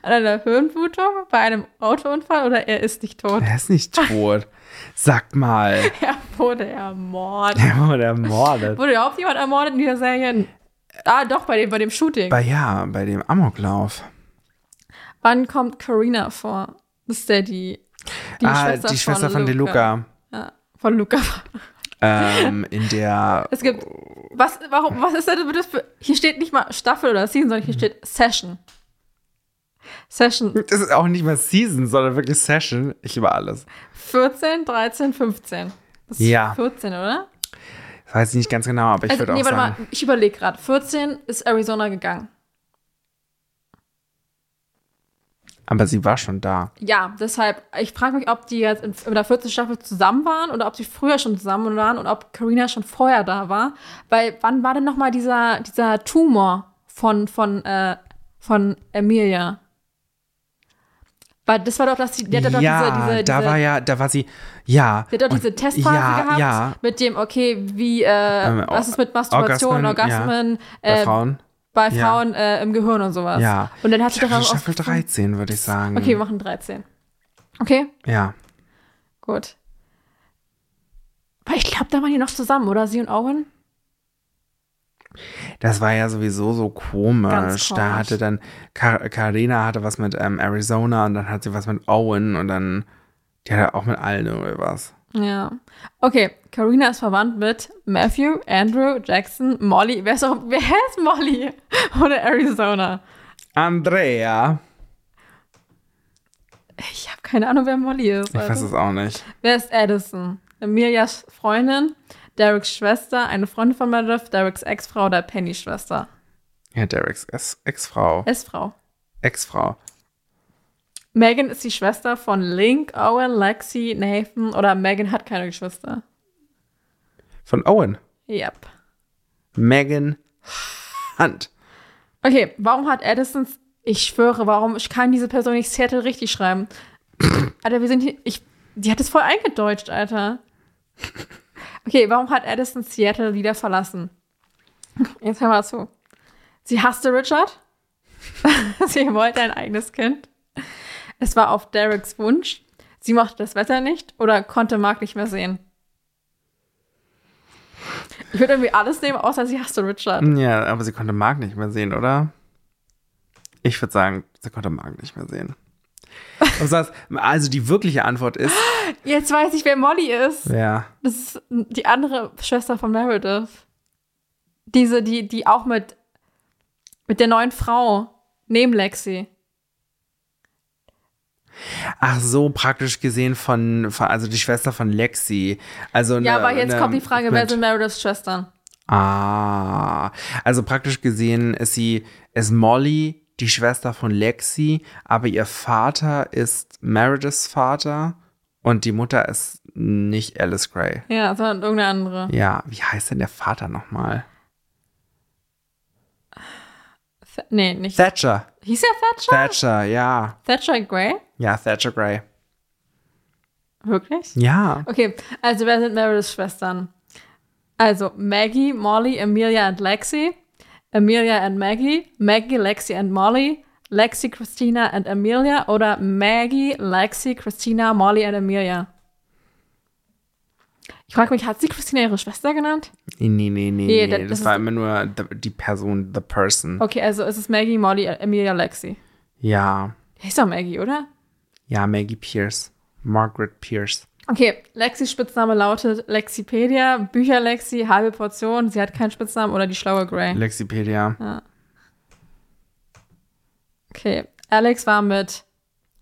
Speaker 1: an einer Hirnblutung, bei einem Autounfall oder er ist nicht tot. <laughs>
Speaker 2: Er ist nicht tot. Sag mal.
Speaker 1: Er wurde ermordet.
Speaker 2: Der wurde ermordet.
Speaker 1: Wurde überhaupt jemand ermordet in dieser Serie? Ah, doch, bei dem, bei dem Shooting.
Speaker 2: Aber ja, bei dem Amoklauf.
Speaker 1: Wann kommt Karina vor? Ist der die, die
Speaker 2: ah, die Schwester von, DeLuca.
Speaker 1: Ja, von Luca.
Speaker 2: Ähm, in der.
Speaker 1: Es gibt.
Speaker 2: Oh.
Speaker 1: Was,
Speaker 2: Mhm.
Speaker 1: warum, was ist denn das für. Hier steht nicht mal Staffel oder Season, sondern hier steht Session. Session
Speaker 2: Das ist auch nicht mal Season, sondern wirklich Session. Ich über alles.
Speaker 1: 14, 13, 15. Das ist
Speaker 2: Ja.
Speaker 1: 14, oder?
Speaker 2: Das weiß ich nicht ganz genau, aber ich
Speaker 1: Also,
Speaker 2: würde
Speaker 1: nee,
Speaker 2: auch
Speaker 1: warte
Speaker 2: sagen.
Speaker 1: mal, ich überlege gerade. 14 ist Arizona gegangen.
Speaker 2: Aber sie war schon da.
Speaker 1: Ja, deshalb, ich frage mich, ob die jetzt in, in der 14. Staffel zusammen waren oder ob sie früher schon zusammen waren und ob Karina schon vorher da war. Weil wann war denn nochmal dieser, dieser Tumor von, von, äh, von Emilia? Weil das war doch, dass die, die hatte doch diese, diese, diese,
Speaker 2: da war ja, da war sie, ja.
Speaker 1: die hat doch
Speaker 2: und-
Speaker 1: diese Testphase
Speaker 2: ja,
Speaker 1: gehabt
Speaker 2: Ja,
Speaker 1: mit dem, okay, wie, äh,
Speaker 2: Ähm,
Speaker 1: was ist mit Masturbation,
Speaker 2: Orgasmen, ja.
Speaker 1: Orgasmen,
Speaker 2: bei
Speaker 1: äh,
Speaker 2: Frauen.
Speaker 1: bei
Speaker 2: ja.
Speaker 1: Frauen äh, im Gehirn und sowas.
Speaker 2: Ja.
Speaker 1: Und dann hat sie doch auch.
Speaker 2: Staffel 13, würde ich sagen.
Speaker 1: Okay, wir machen 13. Okay?
Speaker 2: Ja.
Speaker 1: Gut. Weil ich glaube, da waren die noch zusammen, oder? Sie und Owen?
Speaker 2: Das war ja sowieso so komisch.
Speaker 1: Ganz
Speaker 2: Da
Speaker 1: komisch.
Speaker 2: hatte dann, Kar- Carina hatte was mit ähm, Arizona und dann hat sie was mit Owen und dann, die hatte auch mit allen irgendwie was.
Speaker 1: Ja. Okay, Karina ist verwandt mit Matthew, Andrew, Jackson, Molly. Wer ist, auch, wer ist Molly? <laughs> Oder Arizona?
Speaker 2: Andrea.
Speaker 1: Ich habe keine Ahnung, wer Molly ist.
Speaker 2: Ich weiß
Speaker 1: Alter.
Speaker 2: es auch nicht.
Speaker 1: Wer ist Addison? Emilias Freundin, Dereks Schwester, eine Freundin von Meredith, Dereks Ex-Frau oder Pennys Schwester?
Speaker 2: Ja, Dereks Ex- Ex-Frau.
Speaker 1: Ex-Frau.
Speaker 2: Ex-Frau.
Speaker 1: Megan ist die Schwester von Link, Owen, Lexi, Nathan oder Megan hat keine Geschwister.
Speaker 2: Von Owen.
Speaker 1: Yep.
Speaker 2: Megan Hunt.
Speaker 1: Okay, warum hat Addisons, ich schwöre, warum ich kann diese Person nicht Seattle richtig schreiben? Alter, wir sind hier, ich, die hat es voll eingedeutscht, Alter. Okay, warum hat Addison Seattle wieder verlassen? Jetzt hör mal zu. Sie hasste Richard. <laughs> Sie wollte ein eigenes Kind. Es war auf Dereks Wunsch. Sie mochte das Wetter nicht oder konnte Mark nicht mehr sehen. Ich würde irgendwie alles nehmen, außer sie hasste Richard.
Speaker 2: Ja, aber sie konnte Mark nicht mehr sehen, oder? Ich würde sagen, sie konnte Mark nicht mehr sehen. Und das, also die wirkliche
Speaker 1: <gasps>
Speaker 2: Antwort ist,
Speaker 1: Jetzt weiß ich, wer Molly ist.
Speaker 2: ja,
Speaker 1: Das ist die andere Schwester von Meredith. Diese, die, die auch mit, mit der neuen Frau neben Lexi.
Speaker 2: ach so, praktisch gesehen von, von also die Schwester von Lexi. Also
Speaker 1: Ja,
Speaker 2: ne-
Speaker 1: aber jetzt
Speaker 2: ne-
Speaker 1: kommt die Frage, wer
Speaker 2: mit-
Speaker 1: sind Merediths Schwestern?
Speaker 2: Ah, also praktisch gesehen ist sie, ist Molly die Schwester von Lexi, aber ihr Vater ist Merediths Vater und die Mutter ist nicht Alice Gray.
Speaker 1: Ja, sondern irgendeine andere.
Speaker 2: Ja, wie heißt denn der Vater nochmal?
Speaker 1: Th nee, nicht.
Speaker 2: Thatcher.
Speaker 1: Hieß er Thatcher?
Speaker 2: Thatcher, ja.
Speaker 1: Thatcher Grey?
Speaker 2: Ja, Thatcher Grey.
Speaker 1: Wirklich?
Speaker 2: Ja.
Speaker 1: Okay, also wer sind Merediths Schwestern? Also Maggie, Molly, Amelia und Lexi, Amelia and Maggie, Maggie, Lexi and Molly, Lexi, Christina and Amelia oder Maggie, Lexi, Christina, Molly and Amelia. Ich frage mich, hat sie Christina ihre Schwester genannt?
Speaker 2: Nee, nee, nee, nee.
Speaker 1: Nee,
Speaker 2: nee.
Speaker 1: das-
Speaker 2: Das
Speaker 1: das
Speaker 2: war
Speaker 1: ist-
Speaker 2: immer nur the, die Person, the person.
Speaker 1: Okay, also es ist Maggie, Molly, Amelia, Lexi.
Speaker 2: Ja.
Speaker 1: Ist doch Maggie, oder?
Speaker 2: Ja, Maggie Pierce. Margaret Pierce.
Speaker 1: Okay, Lexis Spitzname lautet Lexipedia, Bücher Lexi, halbe Portion, sie hat keinen Spitznamen oder die schlaue Grey.
Speaker 2: Lexipedia.
Speaker 1: Okay. Alex war mit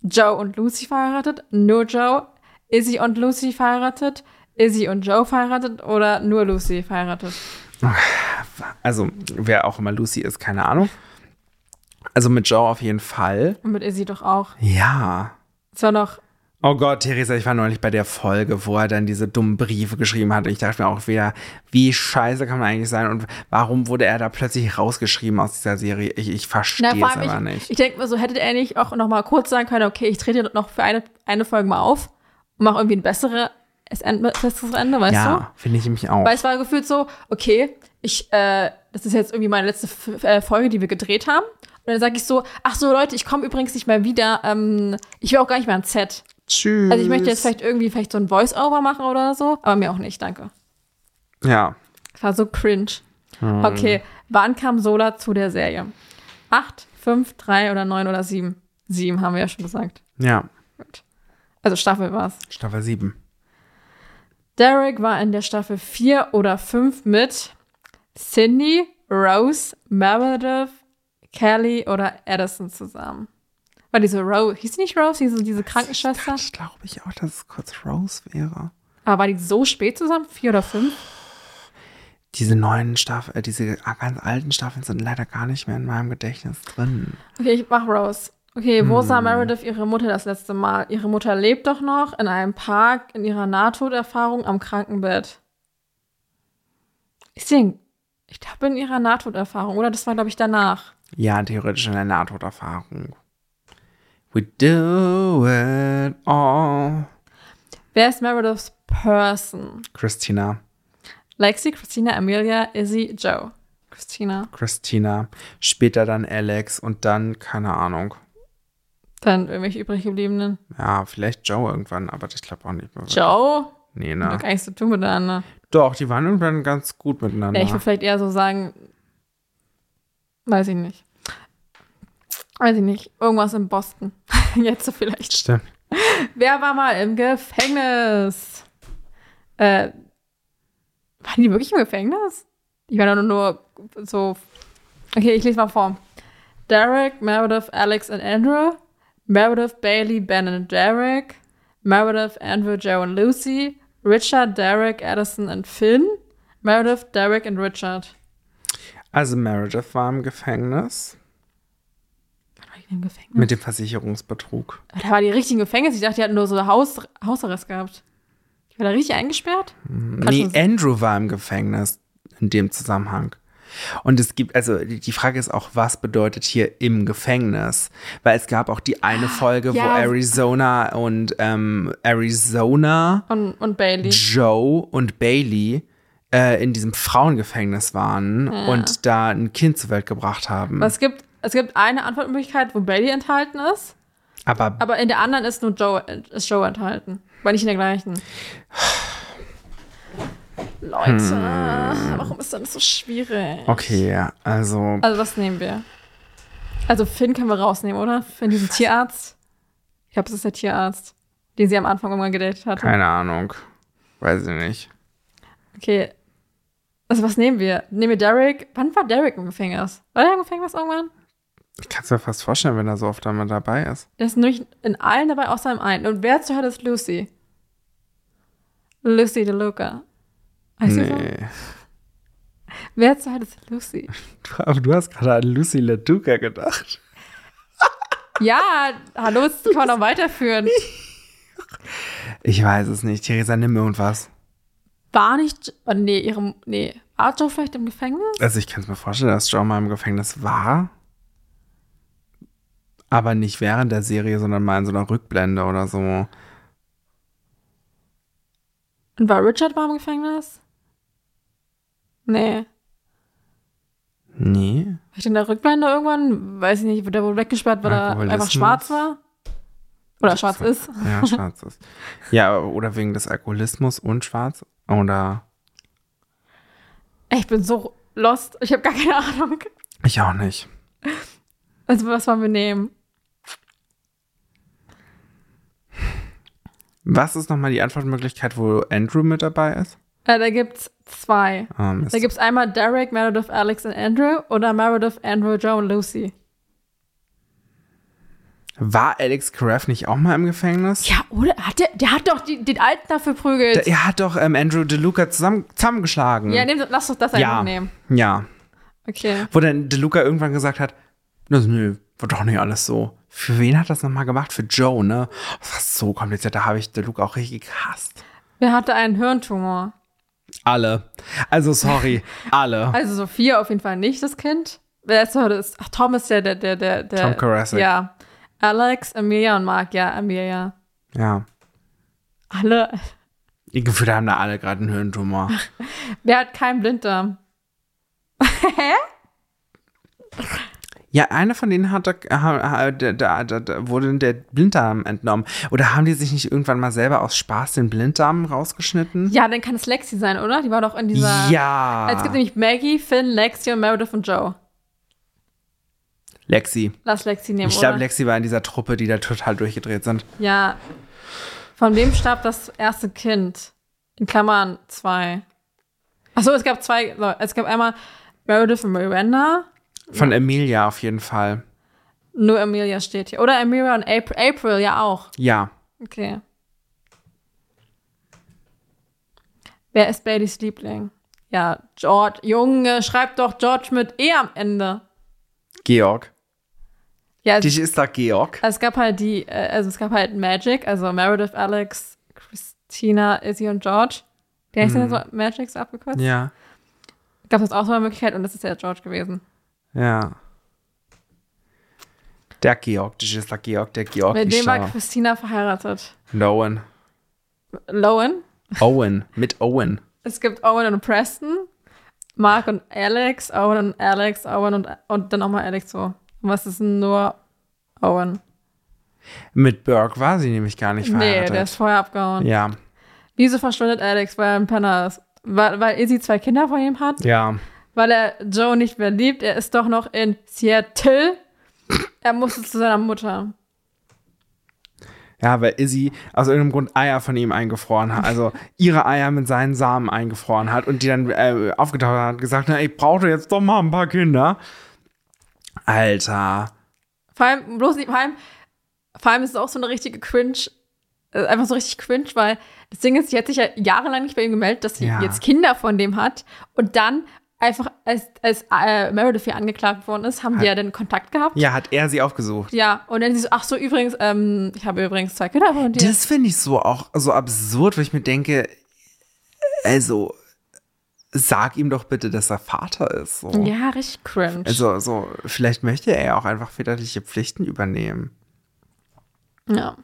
Speaker 1: Joe und Lucy verheiratet, nur Joe, Izzy und Lucy verheiratet, Izzy und Joe verheiratet oder nur Lucy verheiratet.
Speaker 2: Also, wer auch immer Lucy ist, keine Ahnung. Also mit Joe auf jeden Fall.
Speaker 1: Und mit Izzy doch auch.
Speaker 2: Ja.
Speaker 1: Es war noch,
Speaker 2: Oh Gott, Theresa, ich war neulich bei der Folge, wo er dann diese dummen Briefe geschrieben hat. Und ich dachte mir auch wieder, wie scheiße kann man eigentlich sein und warum wurde er da plötzlich rausgeschrieben aus dieser Serie? Ich, ich verstehe
Speaker 1: na,
Speaker 2: es
Speaker 1: vor allem,
Speaker 2: aber
Speaker 1: ich,
Speaker 2: nicht.
Speaker 1: ich denke mir so, hätte er nicht auch noch mal kurz sagen können, okay, ich trete noch für eine, eine Folge mal auf und mache irgendwie ein besseres Ende, besseres Ende weißt du?
Speaker 2: ja, finde ich mich auch.
Speaker 1: Weil es war gefühlt so, okay, ich, äh, das ist jetzt irgendwie meine letzte F äh, Folge, die wir gedreht haben. Und dann sage ich so, ach so, Leute, ich komme übrigens nicht mehr wieder. Ähm, ich will auch gar nicht mehr ans Set.
Speaker 2: Tschüss.
Speaker 1: Also ich möchte jetzt vielleicht irgendwie vielleicht so ein Voice-Over machen oder so, aber mir auch nicht, danke.
Speaker 2: Ja.
Speaker 1: Das war so cringe. Okay, wann kam Sola zu der Serie? Acht, fünf, drei oder neun oder sieben? Sieben haben wir ja schon gesagt.
Speaker 2: Ja.
Speaker 1: Gut. Also Staffel war's.
Speaker 2: Staffel 7.
Speaker 1: Derek war in der Staffel 4 oder 5 mit Cindy, Rose, Meredith, Kelly oder Addison zusammen. War diese Rose, hieß die nicht Rose, diese, diese Krankenschwester?
Speaker 2: Das glaube ich auch, dass es kurz Rose wäre.
Speaker 1: Aber war die so spät zusammen? Vier oder fünf?
Speaker 2: Diese neuen Staffeln, äh, diese ganz alten Staffeln sind leider gar nicht mehr in meinem Gedächtnis drin.
Speaker 1: Okay, ich mach Rose. Okay, wo sah Meredith ihre Mutter das letzte Mal? Ihre Mutter lebt doch noch in einem Park in ihrer Nahtoderfahrung am Krankenbett. Ich sing. Ich glaube in ihrer Nahtoderfahrung, oder? Das war, glaube ich, danach.
Speaker 2: Ja, theoretisch in der Nahtoderfahrung. We do it all.
Speaker 1: Wer ist Merediths Person?
Speaker 2: Christina.
Speaker 1: Lexi, Christina, Amelia, Izzy, Joe. Christina.
Speaker 2: Christina. Später dann Alex und dann, keine Ahnung.
Speaker 1: Dann irgendwelche übrig gebliebenen.
Speaker 2: Ja, vielleicht Joe irgendwann, aber ich glaube auch nicht mehr.
Speaker 1: Joe?
Speaker 2: Nee,
Speaker 1: Ja.
Speaker 2: ne?
Speaker 1: Hat gar nichts zu tun miteinander.
Speaker 2: Doch, die waren irgendwann ganz gut miteinander.
Speaker 1: Ja, ich würde vielleicht eher so sagen, weiß ich nicht. Weiß ich nicht. Irgendwas in Boston. <laughs> Jetzt so vielleicht.
Speaker 2: Stimmt.
Speaker 1: Wer war mal im Gefängnis? Äh, waren die wirklich im Gefängnis? Ich meine nur, nur so. Okay, ich lese mal vor. Derek, Meredith, Alex und Andrew. Meredith, Bailey, Ben und Derek. Meredith, Andrew, Joe und Lucy. Richard, Derek, Addison und Finn. Meredith, Derek und Richard.
Speaker 2: Also Meredith war im Gefängnis
Speaker 1: War die im Gefängnis?
Speaker 2: mit dem Versicherungsbetrug.
Speaker 1: da war die richtig im Gefängnis. Ich dachte, die hatten nur so Haus, Hausarrest gehabt. Die war da richtig eingesperrt?
Speaker 2: Nee,
Speaker 1: schon-
Speaker 2: Andrew war im Gefängnis in dem Zusammenhang. Und es gibt, also die die Frage ist auch, was bedeutet hier im Gefängnis? Weil es gab auch die eine Folge,
Speaker 1: Ah, ja.
Speaker 2: wo Arizona und ähm, Arizona,
Speaker 1: Und, und Bailey.
Speaker 2: Joe und Bailey äh, in diesem Frauengefängnis waren
Speaker 1: Ah.
Speaker 2: und da ein Kind zur Welt gebracht haben.
Speaker 1: Es gibt, es gibt eine Antwortmöglichkeit, wo Bailey enthalten ist,
Speaker 2: Aber
Speaker 1: aber in der anderen ist nur Joe, ist Joe enthalten. Aber nicht in der gleichen. Leute, warum ist das so schwierig?
Speaker 2: Hm. okay, also
Speaker 1: Also, was nehmen wir? Also, Finn können wir rausnehmen, oder? Finn, diesen Tierarzt. Ich glaube, es ist der Tierarzt, den sie am Anfang immer gedatet hatte.
Speaker 2: keine Ahnung. Weiß ich nicht.
Speaker 1: Okay. Also, was nehmen wir? Nehmen wir Derek. Wann war Derek im Gefängnis? War der im Gefängnis irgendwann?
Speaker 2: Ich kann es mir fast vorstellen, wenn er so oft einmal dabei ist.
Speaker 1: Der ist nämlich in allen dabei, außer im einen. Und wer zur Hölle ist Lucy? Lucy DeLuca. Heißt sie so?
Speaker 2: Nee.
Speaker 1: Wer zur Hölle ist Lucy?
Speaker 2: Aber du hast gerade an Lucy LaDuca gedacht.
Speaker 1: Ja, hallo, das kann man noch weiterführen.
Speaker 2: Ich weiß es nicht. Theresa, nimm irgendwas.
Speaker 1: War nicht, oh, nee, ihrem, nee, war Joe vielleicht im Gefängnis?
Speaker 2: Also ich kann es mir vorstellen, dass Joe mal im Gefängnis war. Aber nicht während der Serie, sondern mal in so einer Rückblende oder so.
Speaker 1: Und war Richard mal im Gefängnis? Nee.
Speaker 2: Nee.
Speaker 1: Vielleicht in der Rückblende irgendwann? Weiß ich nicht, wurde der wohl weggesperrt, weil er einfach
Speaker 2: Alkoholismus.
Speaker 1: schwarz war? Oder schwarz ist? <laughs>
Speaker 2: Ja, schwarz ist. Ja, oder wegen des Alkoholismus und schwarz. Oder
Speaker 1: Ey, ich bin so lost. Ich habe gar keine Ahnung.
Speaker 2: ich auch nicht.
Speaker 1: Also, was wollen wir nehmen?
Speaker 2: Was ist nochmal die Antwortmöglichkeit, wo Andrew mit dabei ist?
Speaker 1: Äh, da gibt's zwei.
Speaker 2: Ähm, ist
Speaker 1: Da gibt's einmal Derek, Meredith, Alex und Andrew oder Meredith, Andrew, Joe und Lucy.
Speaker 2: war Alex Karev nicht auch mal im Gefängnis?
Speaker 1: Ja, oder? Hat der, der hat doch die, den Alten dafür prügelt.
Speaker 2: Er hat doch ähm, Andrew DeLuca zusammen, zusammengeschlagen.
Speaker 1: ja, nehm, lass doch das einfach nehmen.
Speaker 2: ja.
Speaker 1: Okay.
Speaker 2: Wo dann DeLuca irgendwann gesagt hat, das, nö, war doch nicht alles so. Für wen hat das nochmal gemacht? Für Joe, ne? Das war so kompliziert, da habe ich DeLuca auch richtig gehasst.
Speaker 1: Wer hatte einen Hirntumor?
Speaker 2: Alle. Also sorry,
Speaker 1: <laughs>
Speaker 2: alle.
Speaker 1: Also Sophia auf jeden Fall nicht, das Kind. Wer ist heute? Ist, ach, Tom ist der, der, der, der. der
Speaker 2: Tom Karasek.
Speaker 1: Ja. Alex, Amelia und Mark. Ja, Amelia.
Speaker 2: Ja.
Speaker 1: Alle.
Speaker 2: Die Gefühle haben da alle gerade einen Hirntumor.
Speaker 1: Wer hat keinen Blinddarm?
Speaker 2: Ja, einer von denen hat, da, ha- ha- da, da, da, da wurde der Blinddarm entnommen. Oder haben die sich nicht irgendwann mal selber aus Spaß den Blinddarm rausgeschnitten?
Speaker 1: Ja, dann kann es Lexi sein, oder? Die war doch in dieser.
Speaker 2: Ja.
Speaker 1: Es gibt nämlich Maggie, Finn, Lexi und Meredith und Joe.
Speaker 2: Lexi.
Speaker 1: Lass Lexi nehmen,
Speaker 2: Ich
Speaker 1: oder?
Speaker 2: glaube, Lexi war in dieser Truppe, die da total durchgedreht sind.
Speaker 1: Ja. Von wem starb das erste Kind? In Klammern zwei. Achso, es gab zwei. Leute. Es gab einmal Meredith und Miranda.
Speaker 2: Von Emilia auf jeden Fall.
Speaker 1: Nur Amelia steht hier. Oder Amelia und April, April ja auch.
Speaker 2: Ja.
Speaker 1: Okay. Wer ist Baileys Liebling? Ja, George. Junge, schreib doch George mit E am Ende.
Speaker 2: Georg.
Speaker 1: Ja, es,
Speaker 2: Dich ist da Georg.
Speaker 1: es gab halt die, äh, also es gab halt Magic, also Meredith, Alex, Christina, Izzy und George. Wie heißt denn so Magics abgekürzt?
Speaker 2: Mhm. Ja.
Speaker 1: Gab es auch so eine Möglichkeit und das ist ja George gewesen.
Speaker 2: Ja. Der Georg, dich ist der Georg, der Georg
Speaker 1: Mit
Speaker 2: ist
Speaker 1: dem war
Speaker 2: da.
Speaker 1: Christina verheiratet.
Speaker 2: Und Owen.
Speaker 1: Lowen.
Speaker 2: Owen, mit Owen.
Speaker 1: Es gibt Owen und Preston, Mark und Alex, Owen und Alex, Owen und, und dann nochmal Alex so. Und was ist denn nur Owen?
Speaker 2: Mit Burke war sie nämlich gar nicht
Speaker 1: Nee,
Speaker 2: verheiratet.
Speaker 1: der ist vorher abgehauen.
Speaker 2: ja,
Speaker 1: Wieso verschwindet Alex, weil er ein Penner ist? Weil, weil Izzy zwei Kinder von ihm hat?
Speaker 2: ja.
Speaker 1: Weil er Joe nicht mehr liebt? Er ist doch noch in Seattle. Er musste zu seiner Mutter.
Speaker 2: Ja, weil Izzy aus irgendeinem Grund Eier von ihm eingefroren hat. Also ihre Eier mit seinen Samen eingefroren hat und die dann äh, aufgetaucht hat und gesagt, na, ich brauche jetzt doch mal ein paar Kinder. Alter.
Speaker 1: Vor allem, bloß nicht, vor allem, vor allem ist es auch so eine richtige Cringe, äh, einfach so richtig cringe, weil das Ding ist, sie hat sich ja jahrelang nicht bei ihm gemeldet, dass sie
Speaker 2: Ja.
Speaker 1: jetzt Kinder von dem hat und dann einfach, als, als äh, Meredith hier angeklagt worden ist, haben die ja dann Kontakt gehabt.
Speaker 2: Ja, hat er sie aufgesucht.
Speaker 1: Ja, und dann sie so, ach so, übrigens, ähm, ich habe übrigens zwei Kinder von dir.
Speaker 2: Das finde ich so auch so absurd, weil ich mir denke, also sag ihm doch bitte, dass er Vater ist. So.
Speaker 1: ja, richtig cringe.
Speaker 2: Also so, vielleicht möchte er ja auch einfach väterliche Pflichten übernehmen.
Speaker 1: ja.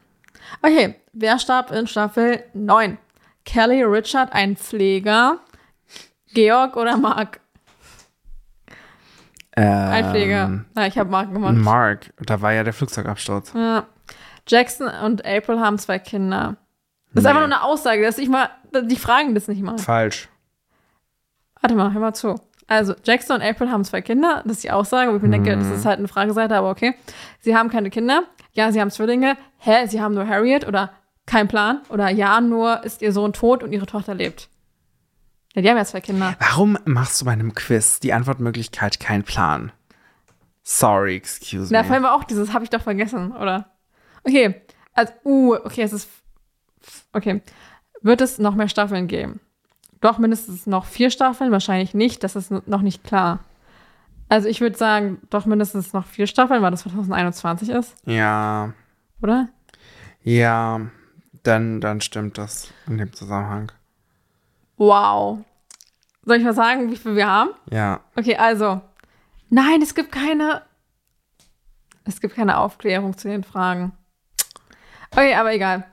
Speaker 1: Okay, wer starb in Staffel 9? Kelly, Richard, ein Pfleger, Georg oder Mark? Ein Pfleger. Ja, ich habe Mark gemacht.
Speaker 2: Äh, Mhm. Mark, da war ja der Flugzeugabsturz.
Speaker 1: Ja. Jackson und April haben zwei Kinder. Das ist
Speaker 2: Nee.
Speaker 1: einfach nur eine Aussage, dass ich mal, die fragen das nicht mal.
Speaker 2: Falsch.
Speaker 1: Warte mal, hör mal zu. Also, Jackson und April haben zwei Kinder, das ist die Aussage, wo ich mir denke, das ist halt eine Frageseite, aber okay. Sie haben keine Kinder, ja, sie haben Zwillinge, hä, sie haben nur Harriet oder kein Plan oder ja, nur ist ihr Sohn tot und ihre Tochter lebt. Ja, die haben ja zwei Kinder.
Speaker 2: Warum machst du bei einem Quiz die Antwortmöglichkeit kein Plan? Sorry, excuse
Speaker 1: Na, vor
Speaker 2: me.
Speaker 1: allem war auch dieses, habe ich doch vergessen, oder? Okay, also, uh, okay, es ist, okay. Wird es noch mehr Staffeln geben? Doch, mindestens noch vier Staffeln? Wahrscheinlich nicht, das ist n- noch nicht klar. Also ich würde sagen, doch mindestens noch vier Staffeln, weil das 2021 ist,
Speaker 2: Ja,
Speaker 1: oder?
Speaker 2: ja, dann, dann stimmt das in dem Zusammenhang.
Speaker 1: Wow. Soll ich mal sagen, wie viel wir haben?
Speaker 2: Ja,
Speaker 1: Okay, also. Nein, es gibt keine. Es gibt keine Aufklärung zu den Fragen. Okay, aber egal.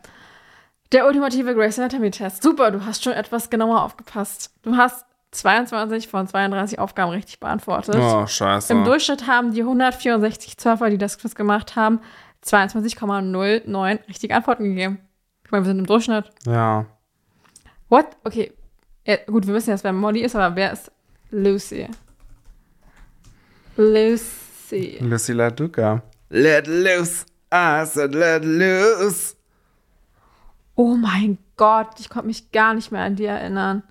Speaker 1: Der ultimative Grace Anatomy-Test. Super, du hast schon etwas genauer aufgepasst. Du hast 22 von 32 Aufgaben richtig beantwortet.
Speaker 2: oh, scheiße.
Speaker 1: Im Durchschnitt haben die 164 Surfer, die das Quiz gemacht haben, 22,09 richtige Antworten gegeben. Ich meine, wir sind im Durchschnitt.
Speaker 2: ja.
Speaker 1: What? Okay. Ja, gut, wir wissen jetzt, wer Molly ist, aber wer ist Lucy? Lucy.
Speaker 2: Lucy LaDuca. Let loose. I said let loose.
Speaker 1: Oh mein Gott, ich konnte mich gar nicht mehr an die erinnern.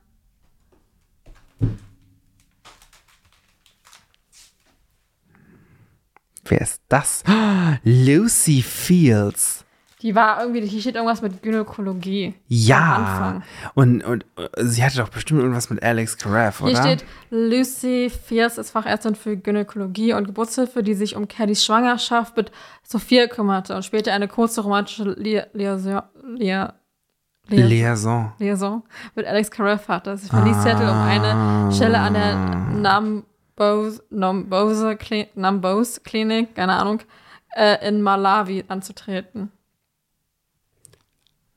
Speaker 2: Wer ist das? Lucy Fields.
Speaker 1: Die war irgendwie, hier steht irgendwas mit Gynäkologie. Am
Speaker 2: Ja.
Speaker 1: Anfang.
Speaker 2: Und, und äh, sie hatte doch bestimmt irgendwas mit Alex Carafe, oder?
Speaker 1: Hier steht, Lucy Fierce ist Fachärztin für Gynäkologie und Geburtshilfe, die sich um Kellys Schwangerschaft mit Sophia kümmerte und später eine kurze romantische Lia- Liaison Lia- Lia-
Speaker 2: Liaison.
Speaker 1: Liaison mit Alex Carafe hatte. Sie verließ Seattle, um eine Stelle an der
Speaker 2: Ah.
Speaker 1: Numbose, Numbose, Kli- Numbose Klinik, keine Ahnung, äh, in Malawi anzutreten.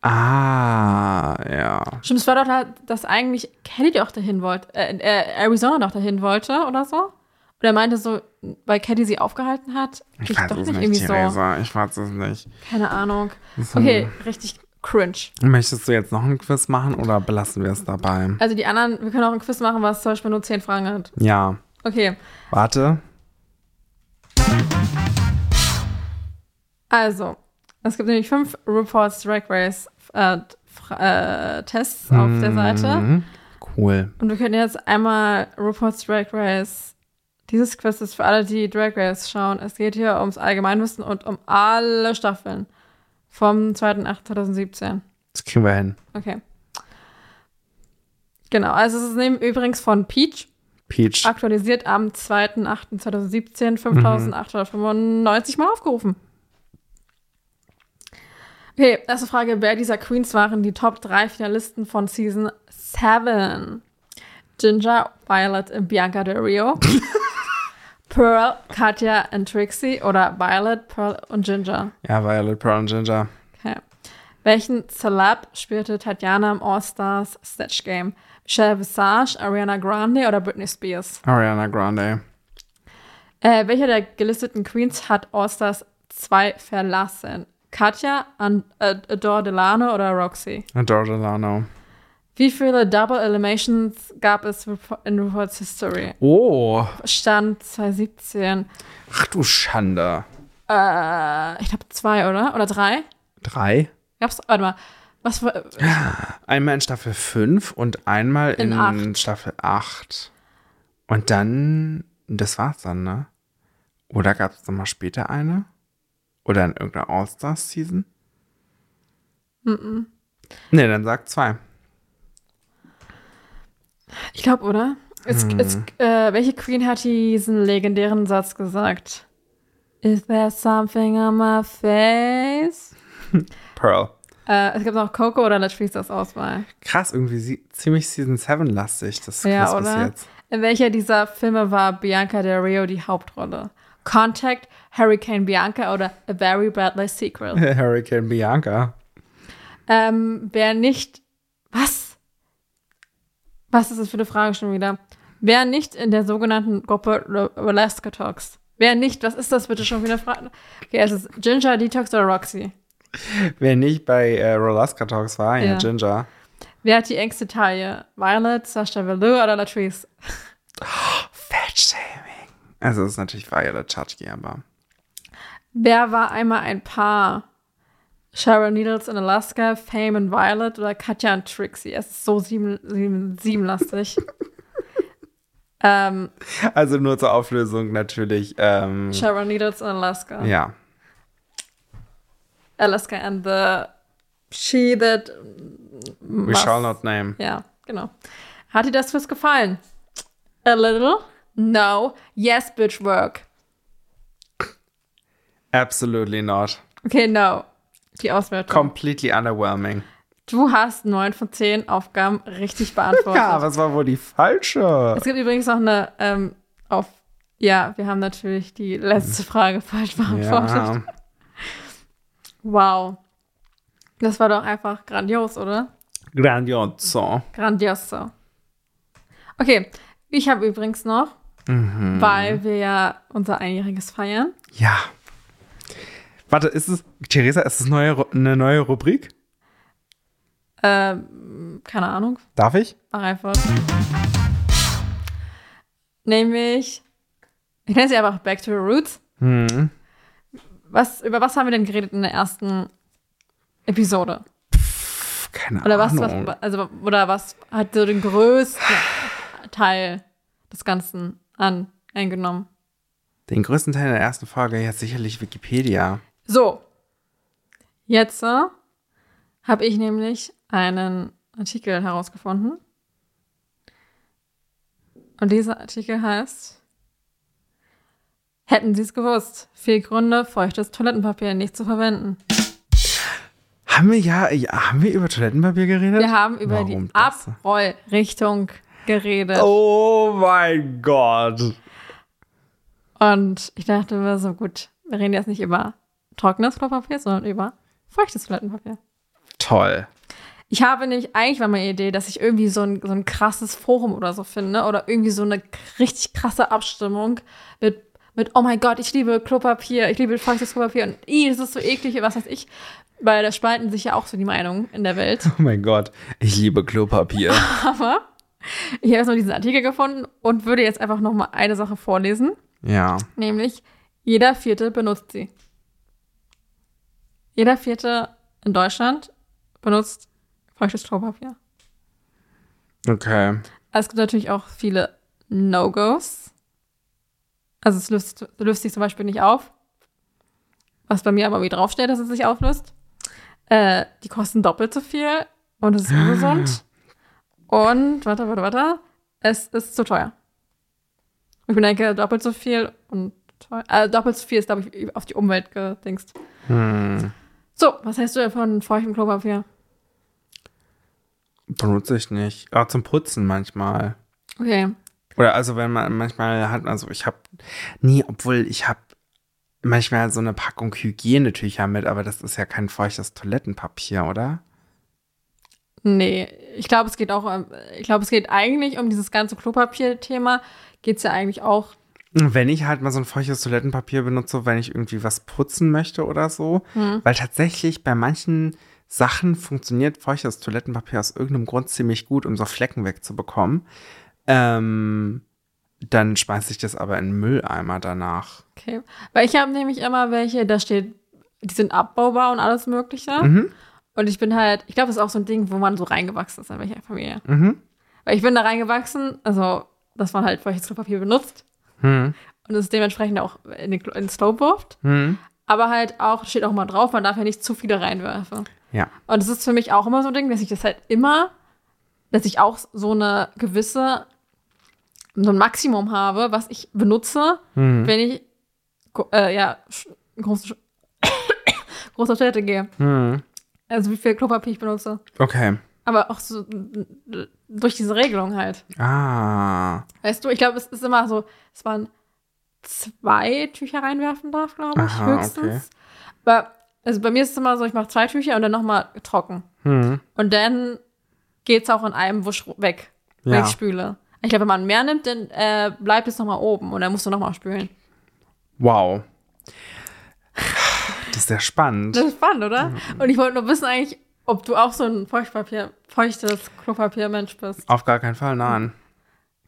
Speaker 2: Ah, ja.
Speaker 1: Stimmt, es war doch, da, dass eigentlich Kelly doch dahin wollte, äh, äh, Arizona doch dahin wollte oder so. Und er meinte so, weil Kelly sie aufgehalten hat, ich,
Speaker 2: Ich
Speaker 1: doch
Speaker 2: weiß es
Speaker 1: nicht
Speaker 2: nicht,
Speaker 1: irgendwie
Speaker 2: Theresa. Ich weiß es nicht.
Speaker 1: so. Keine Ahnung. Okay, richtig cringe.
Speaker 2: Möchtest du jetzt noch einen Quiz machen oder belassen wir es dabei?
Speaker 1: Also die anderen, wir können auch ein Quiz machen, was zum Beispiel nur 10 Fragen hat.
Speaker 2: Ja.
Speaker 1: Okay,
Speaker 2: Warte.
Speaker 1: also, es gibt nämlich fünf Reports Drag Race äh, Fra- äh, Tests auf der Seite.
Speaker 2: Mhm. Cool.
Speaker 1: Und wir können jetzt einmal RuPaul's Drag Race Dieses Quiz ist für alle, die Drag Race schauen. Es geht hier ums Allgemeinwissen und um alle Staffeln vom 2.8.2017.
Speaker 2: Das kriegen wir hin.
Speaker 1: Okay. Genau, also es ist neben, übrigens von Peach,
Speaker 2: Peach.
Speaker 1: aktualisiert am 2.8.2017, 5895 Mal aufgerufen. Okay, erste Frage, wer dieser Queens waren die Top 3 Finalisten von Season 7? Ginger, Violet und Bianca Del Rio. Pearl, Katja und Trixie oder Violet, Pearl und Ginger.
Speaker 2: Ja, Violet Brown Ginger.
Speaker 1: Okay. Welchen Celeb spielte Tatjana im All-Stars Snatch Game? Michelle Visage, Ariana Grande oder Britney Spears?
Speaker 2: Ariana Grande.
Speaker 1: Äh, welcher der gelisteten Queens hat All-Stars 2 verlassen? Katja, An äh, Adore Delano oder Roxy?
Speaker 2: Adore Delano.
Speaker 1: Wie viele Double Eliminations gab es in Reports History?
Speaker 2: Oh.
Speaker 1: Stand 2017.
Speaker 2: Ach du Schande.
Speaker 1: Äh, ich glaube zwei, oder? Oder drei?
Speaker 2: Drei.
Speaker 1: Gab's, warte mal. Was war,
Speaker 2: Einmal in Staffel 5 und einmal in,
Speaker 1: In acht.
Speaker 2: Staffel 8. Und dann, das war's dann, ne? Oder gab es nochmal später eine? Oder in irgendeiner All-Stars-Season? Nee, dann sag zwei.
Speaker 1: ich glaube, oder? Es, es, äh, welche Queen hat diesen legendären Satz gesagt? Is there something on my face?
Speaker 2: Pearl.
Speaker 1: Äh, es gibt noch Coco oder Latrice als Auswahl.
Speaker 2: Krass, irgendwie sie, ziemlich Season 7-lastig, das Quiz
Speaker 1: Ja,
Speaker 2: bis
Speaker 1: oder?
Speaker 2: jetzt. <laughs>
Speaker 1: In welcher dieser Filme war Bianca Del Rio die Hauptrolle? Contact, Hurricane Bianca oder A Very Bradley Secret?
Speaker 2: <laughs> Hurricane Bianca.
Speaker 1: Ähm, wer nicht. Was? Was ist das für eine Frage schon wieder? Wer nicht in der sogenannten Gruppe Re- Alaska Talks? Wer nicht? Was ist das bitte schon wieder? Fra- Okay, es ist Ginger, Detox oder Roxy.
Speaker 2: Wer nicht bei äh, Rolaska Talks war, ja,
Speaker 1: Ja.
Speaker 2: Ginger.
Speaker 1: Wer hat die engste Taille? Violet, Sasha Velour oder Latrice?
Speaker 2: Fettshaming. Also, es ist natürlich Violet Chachki, aber.
Speaker 1: Wer war einmal ein Paar? Sharon Needles in Alaska, Fame and Violet oder Katja und Trixie? Es ist so sieben, sieben,
Speaker 2: <laughs>
Speaker 1: siebenlastig. ähm,
Speaker 2: Also, nur zur Auflösung natürlich. Ähm,
Speaker 1: Sharon Needles in Alaska.
Speaker 2: ja.
Speaker 1: Alaska and the She That
Speaker 2: We shall not name.
Speaker 1: Ja, genau. Hat dir das fürs gefallen? A little? No. Yes, bitch, work.
Speaker 2: Absolutely not.
Speaker 1: Okay, no. Die Auswertung.
Speaker 2: Completely underwhelming.
Speaker 1: Du hast neun von zehn Aufgaben
Speaker 2: <laughs>
Speaker 1: richtig beantwortet.
Speaker 2: Ja, was war wohl die falsche?
Speaker 1: Es gibt übrigens noch eine ähm, auf. Ja, wir haben natürlich die letzte Frage falsch beantwortet.
Speaker 2: Ja.
Speaker 1: Wow. Das war doch einfach grandios, oder?
Speaker 2: Grandioso.
Speaker 1: Grandioso. Okay, ich habe übrigens noch, weil wir ja unser Einjähriges feiern.
Speaker 2: Ja. Warte, ist es. Theresa, ist es neue, Ru- eine neue Rubrik?
Speaker 1: Ähm, keine Ahnung,
Speaker 2: Darf ich?
Speaker 1: mach einfach. Nämlich, ich nenne sie einfach Back to the Roots.
Speaker 2: Hm.
Speaker 1: Was, über was haben wir denn geredet in der ersten Episode?
Speaker 2: Pff, keine
Speaker 1: Oder was,
Speaker 2: Ahnung.
Speaker 1: was, also, oder was hat so den größten Teil des Ganzen an, eingenommen?
Speaker 2: Den größten Teil der ersten Folge ja sicherlich Wikipedia.
Speaker 1: So, jetzt äh, habe ich nämlich einen Artikel herausgefunden. Und dieser Artikel heißt, hätten Sie es gewusst, vier Gründe, feuchtes Toilettenpapier nicht zu verwenden.
Speaker 2: Haben wir ja, ja haben wir über Toilettenpapier geredet?
Speaker 1: Wir haben über
Speaker 2: Warum
Speaker 1: die
Speaker 2: das?
Speaker 1: Abrollrichtung geredet.
Speaker 2: Oh mein Gott.
Speaker 1: Und ich dachte mir so, gut, wir reden jetzt nicht über trockenes Klopapier, sondern über feuchtes Toilettenpapier.
Speaker 2: Toll.
Speaker 1: Ich habe nämlich, eigentlich war meine Idee, dass ich irgendwie so ein, so ein krasses Forum oder so finde oder irgendwie so eine k- richtig krasse Abstimmung mit, mit oh mein Gott, ich liebe Klopapier, ich liebe feuchtes Klopapier und ih, das ist so eklig, was weiß ich. Weil da spalten sich ja auch so die Meinungen in der Welt.
Speaker 2: Oh mein Gott. Ich liebe Klopapier.
Speaker 1: Aber ich habe jetzt nur diesen Artikel gefunden und würde jetzt einfach nochmal eine Sache vorlesen,
Speaker 2: ja.
Speaker 1: nämlich jeder Vierte benutzt sie. Jeder Vierte in Deutschland benutzt feuchtes Klopapier.
Speaker 2: Okay.
Speaker 1: Es gibt natürlich auch viele No-Gos. Also es löst, löst sich zum Beispiel nicht auf. Was bei mir aber wie draufsteht, dass es sich auflöst. Äh, die kosten doppelt so viel und es ist ungesund. Und warte, warte, warte. Es ist zu teuer. Ich mir denke, doppelt so viel und teuer. Äh, doppelt so viel ist, glaube ich, auf die Umwelt gedingst.
Speaker 2: Hm.
Speaker 1: So, was hältst du denn von feuchtem Klopapier?
Speaker 2: Benutze ich nicht. Ah, zum Putzen manchmal.
Speaker 1: Okay.
Speaker 2: Oder also wenn man manchmal hat, also ich habe nie, obwohl ich habe manchmal so eine Packung Hygienetücher mit, aber das ist ja kein feuchtes Toilettenpapier, oder?
Speaker 1: Nee, ich glaube, es geht auch, ähm, ich glaube, es geht eigentlich um dieses ganze Klopapier-Thema, geht es ja eigentlich auch.
Speaker 2: Wenn ich halt mal so ein feuchtes Toilettenpapier benutze, wenn ich irgendwie was putzen möchte oder so, weil tatsächlich bei manchen Sachen funktioniert feuchtes Toilettenpapier aus irgendeinem Grund ziemlich gut, um so Flecken wegzubekommen. Ähm, dann schmeiße ich das aber in den Mülleimer danach.
Speaker 1: Okay. Weil ich habe nämlich immer welche, da steht, die sind abbaubar und alles Mögliche.
Speaker 2: Mhm.
Speaker 1: Und ich bin halt, ich glaube, das ist auch so ein Ding, wo man so reingewachsen ist in welcher Familie.
Speaker 2: Mhm.
Speaker 1: Weil ich bin da reingewachsen, also, dass man halt feuchtes Klopapier benutzt
Speaker 2: Hm.
Speaker 1: und es dementsprechend auch in den, Klo- in den Slope wirft.
Speaker 2: Hm.
Speaker 1: Aber halt auch, steht auch mal drauf, man darf ja nicht zu viele reinwerfen.
Speaker 2: Ja.
Speaker 1: Und es ist für mich auch immer so ein Ding, dass ich das halt immer, dass ich auch so eine gewisse, so ein Maximum habe, was ich benutze,
Speaker 2: Hm.
Speaker 1: wenn ich, ko- äh, ja, sch- <coughs> groß, großer Städte gehe.
Speaker 2: Hm.
Speaker 1: Also wie viel Klopapier ich benutze.
Speaker 2: Okay.
Speaker 1: Aber auch so äh, durch diese Regelung halt.
Speaker 2: Ah.
Speaker 1: Weißt du, ich glaube, es ist immer so, dass man zwei Tücher reinwerfen darf, glaube ich,
Speaker 2: Aha,
Speaker 1: höchstens. Aber, also bei mir ist es immer so, ich mache zwei Tücher und dann nochmal trocken.
Speaker 2: Hm.
Speaker 1: Und dann geht's auch in einem Wusch weg, wenn
Speaker 2: Ja.
Speaker 1: ich spüle. Ich glaube, wenn man mehr nimmt, dann äh, bleibt es nochmal oben und dann musst du nochmal spülen.
Speaker 2: Wow. Das ist sehr spannend.
Speaker 1: Das ist spannend, oder? Und ich wollte nur wissen eigentlich, ob du auch so ein Feuchtpapier, feuchtes Klopapiermensch bist.
Speaker 2: Auf gar keinen Fall, nein.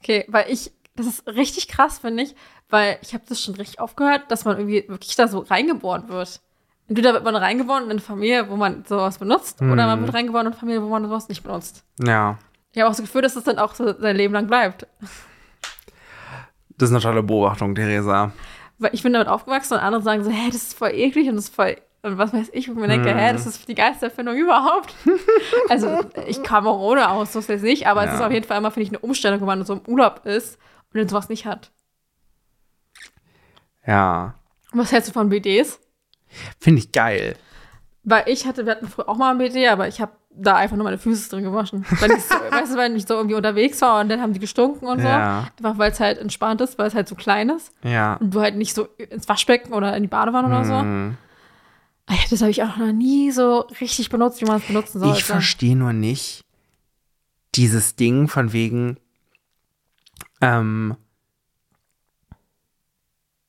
Speaker 1: Okay, weil ich, das ist richtig krass, finde ich, weil ich habe das schon richtig aufgehört, dass man irgendwie wirklich da so reingeboren wird. Entweder wird man reingeboren in eine Familie, wo man sowas benutzt, oder man wird reingeboren in eine Familie, wo man sowas nicht benutzt.
Speaker 2: Ja.
Speaker 1: Ich habe auch das Gefühl, dass das dann auch so sein Leben lang bleibt.
Speaker 2: Das ist eine tolle Beobachtung, Theresa.
Speaker 1: weil ich bin damit aufgewachsen und andere sagen so, hä, das ist voll eklig und das ist voll, und was weiß ich, wo ich mir denke, hä,
Speaker 2: Hm.
Speaker 1: das ist die geilste Erfindung
Speaker 2: <laughs>
Speaker 1: überhaupt. also ich kam auch ohne aus, so ist das nicht, aber es
Speaker 2: Ja.
Speaker 1: ist auf jeden Fall immer, finde ich, eine Umstellung, wenn man so im Urlaub ist und dann sowas nicht hat.
Speaker 2: Ja.
Speaker 1: Und was hältst du von BDs?
Speaker 2: Finde ich geil.
Speaker 1: Weil ich hatte, wir hatten früher auch mal ein BD, aber ich habe da einfach nur meine Füße drin gewaschen. Weil ich
Speaker 2: <laughs>
Speaker 1: so, weißt du, wenn ich so irgendwie unterwegs war und dann haben die gestunken und so.
Speaker 2: Ja.
Speaker 1: Einfach weil es halt entspannt ist, weil es halt so klein ist
Speaker 2: Ja.
Speaker 1: und du halt nicht so ins Waschbecken oder in die Badewanne oder so.
Speaker 2: Hm.
Speaker 1: Ey, Das habe ich auch noch nie so richtig benutzt, wie man es benutzen sollte.
Speaker 2: Ich verstehe nur nicht dieses Ding von wegen, ähm,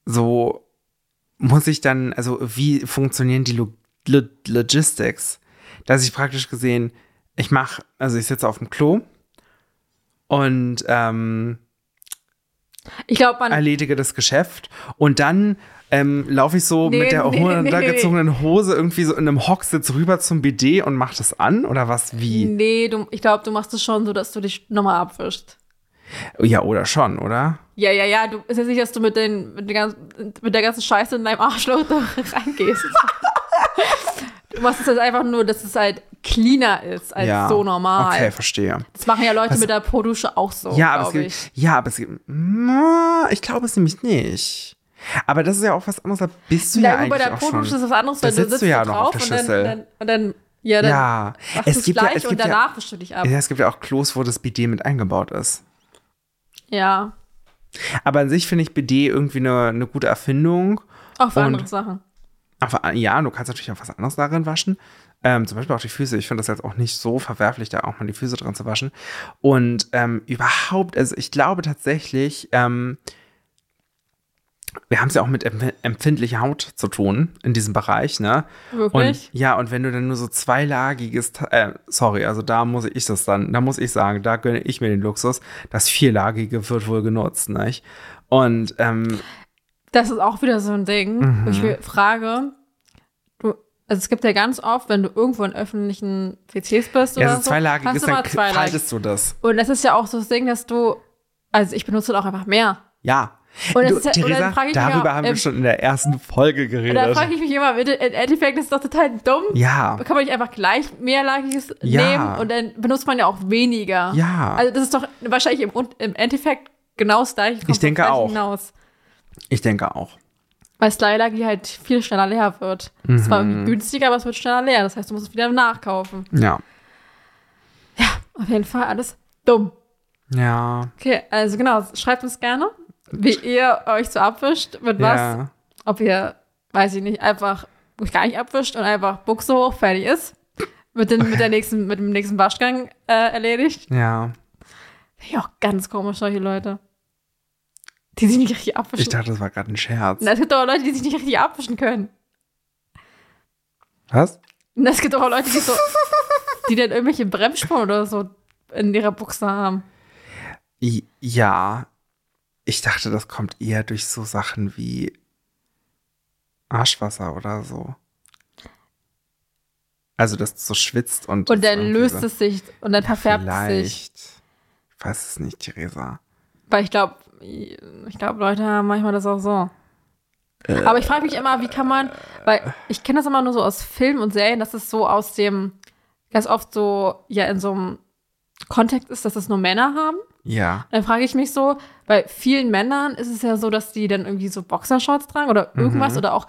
Speaker 2: so muss ich dann, also wie funktionieren die Lo Lo Logistics? Dass ich praktisch gesehen, ich mache, also ich sitze auf dem Klo und ähm,
Speaker 1: Ich glaube, man.
Speaker 2: <laughs> erledige das Geschäft und dann ähm, laufe ich so
Speaker 1: Nee,
Speaker 2: mit der
Speaker 1: nee,
Speaker 2: runtergezogenen Hose irgendwie so in einem Hocksitz rüber zum BD und mach das an oder was wie?
Speaker 1: Nee, du, ich glaube, du machst es schon so, dass du dich nochmal abwischst.
Speaker 2: Ja, oder schon, oder?
Speaker 1: Ja, ja, ja, du ist jetzt nicht, dass du mit, den, mit, den ganzen, mit der ganzen Scheiße in deinem Arschloch da reingehst. du machst es jetzt einfach nur, dass es halt cleaner ist als
Speaker 2: ja.
Speaker 1: Also so normal.
Speaker 2: Okay, verstehe.
Speaker 1: Das machen ja Leute mit der Produsche auch so,
Speaker 2: ja, aber es
Speaker 1: glaube
Speaker 2: gibt,
Speaker 1: ich.
Speaker 2: ja, aber es gibt, na, ich glaube es nämlich nicht. Aber das ist ja auch was anderes, da bist du ja,
Speaker 1: Ja,
Speaker 2: eigentlich
Speaker 1: gut, bei der
Speaker 2: auch
Speaker 1: Produsche
Speaker 2: schon.
Speaker 1: ist was anderes,
Speaker 2: Da
Speaker 1: weil du
Speaker 2: sitzt
Speaker 1: sitzt
Speaker 2: du ja
Speaker 1: da
Speaker 2: noch
Speaker 1: drauf
Speaker 2: auf der
Speaker 1: und, dann,
Speaker 2: Schüssel.
Speaker 1: dann, und dann, ja, dann
Speaker 2: ja,
Speaker 1: machst du
Speaker 2: es
Speaker 1: es
Speaker 2: gibt ja,
Speaker 1: gleich
Speaker 2: es
Speaker 1: und
Speaker 2: gibt ja,
Speaker 1: danach wischst du dich ab.
Speaker 2: ja, es gibt ja auch Klos, wo das BD mit eingebaut ist.
Speaker 1: ja.
Speaker 2: Aber an sich finde ich BD irgendwie eine, eine gute Erfindung.
Speaker 1: Auch für
Speaker 2: Und-
Speaker 1: andere Sachen.
Speaker 2: Aber ja, du kannst natürlich auch was anderes darin waschen. Ähm, zum Beispiel auch die Füße. Ich finde das jetzt auch nicht so verwerflich, da auch mal die Füße drin zu waschen. Und ähm, überhaupt, also ich glaube tatsächlich, ähm, wir haben es ja auch mit empf empfindlicher Haut zu tun in diesem Bereich, ne?
Speaker 1: Wirklich?
Speaker 2: Und, ja, und wenn du dann nur so zweilagiges, Ta- äh, sorry, also da muss ich das dann, da muss ich sagen, da gönne ich mir den Luxus, das vierlagige wird wohl genutzt, nicht? Und ähm,
Speaker 1: Das ist auch wieder so ein Ding, wo
Speaker 2: Mhm.
Speaker 1: ich mir frage, du, also es gibt ja ganz oft, wenn du irgendwo in öffentlichen PCs bist oder
Speaker 2: ja, so
Speaker 1: so,
Speaker 2: zweilagig
Speaker 1: hast
Speaker 2: ist,
Speaker 1: du
Speaker 2: dann
Speaker 1: immer zweilagig.
Speaker 2: faltest du das.
Speaker 1: Und das ist ja auch so das Ding, dass du, also ich benutze auch einfach mehr.
Speaker 2: Ja,
Speaker 1: Und
Speaker 2: Du,
Speaker 1: es ist halt, und
Speaker 2: Theresa,
Speaker 1: dann frage ich mich
Speaker 2: darüber
Speaker 1: auch,
Speaker 2: haben wir
Speaker 1: ähm,
Speaker 2: schon in der ersten Folge
Speaker 1: und dann
Speaker 2: geredet.
Speaker 1: frage ich mich immer, im Endeffekt ist das total dumm.
Speaker 2: Ja,
Speaker 1: Kann man nicht einfach gleich mehrlagiges
Speaker 2: Ja.
Speaker 1: nehmen und dann benutzt man ja auch weniger.
Speaker 2: ja.
Speaker 1: Also das ist doch wahrscheinlich im, Un- im Endeffekt genau das gleiche. kommt
Speaker 2: Ich denke
Speaker 1: das Gleiche
Speaker 2: auch.
Speaker 1: Hinaus,
Speaker 2: ich denke auch.
Speaker 1: weil Slylagi halt viel schneller leer wird. Es war
Speaker 2: Mhm.
Speaker 1: irgendwie günstiger, aber es wird schneller leer. Das heißt, du musst es wieder nachkaufen.
Speaker 2: Ja.
Speaker 1: Auf jeden Fall alles dumm.
Speaker 2: Ja.
Speaker 1: Okay, also genau, schreibt uns gerne, wie ihr euch so abwischt, mit was.
Speaker 2: Ja.
Speaker 1: Ob ihr, weiß ich nicht, einfach euch gar nicht abwischt und einfach Buchse hoch, fertig ist. Mit, den, mit, der nächsten, mit dem nächsten Waschgang äh, erledigt.
Speaker 2: Ja.
Speaker 1: Finde ich auch ganz komisch, solche Leute. Die sich nicht richtig abwischen.
Speaker 2: Ich dachte, das war gerade ein Scherz.
Speaker 1: Na, es gibt aber Leute, die sich nicht richtig abwischen können.
Speaker 2: Was?
Speaker 1: Und es gibt auch Leute, die so, die dann irgendwelche Bremsspuren oder so in ihrer Buchse haben.
Speaker 2: I ja. Ich dachte, das kommt eher durch so Sachen wie Arschwasser oder so. Also, dass du so schwitzt und.
Speaker 1: Und dann
Speaker 2: irgendwie
Speaker 1: löst
Speaker 2: so-
Speaker 1: es sich und dann verfärbt es sich.
Speaker 2: Vielleicht. Ich weiß es nicht, Theresa.
Speaker 1: Weil ich glaube, ich glaube, Leute haben manchmal das auch so. Aber ich frage mich immer, wie kann man, weil ich kenne das immer nur so aus Filmen und Serien, dass es so aus dem, ganz oft so, ja, in so einem Kontext ist, dass es nur Männer haben.
Speaker 2: Ja.
Speaker 1: Dann frage ich mich so, bei vielen Männern ist es ja so, dass die dann irgendwie so Boxershorts tragen oder irgendwas
Speaker 2: Mhm.
Speaker 1: oder auch,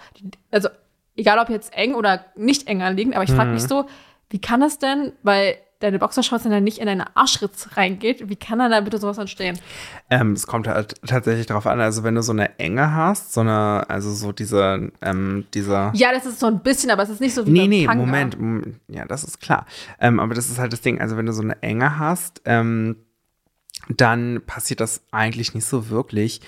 Speaker 1: also egal ob jetzt eng oder nicht eng anliegend, aber ich frage
Speaker 2: Mhm.
Speaker 1: mich so, wie kann das denn, weil deine Boxershorts dann ja nicht in deine Arschritz reingeht, wie kann dann da bitte sowas entstehen?
Speaker 2: Ähm, es kommt halt tatsächlich drauf an. Also, wenn du so eine Enge hast, so eine, also so diese, ähm, dieser.
Speaker 1: Ja, das ist so ein bisschen, aber es ist nicht so wie
Speaker 2: Nee,
Speaker 1: beim
Speaker 2: nee,
Speaker 1: Tanga.
Speaker 2: Moment. Mom- Ja, das ist klar. Ähm, aber das ist halt das Ding. Also, wenn du so eine Enge hast, ähm, dann passiert das eigentlich nicht so wirklich.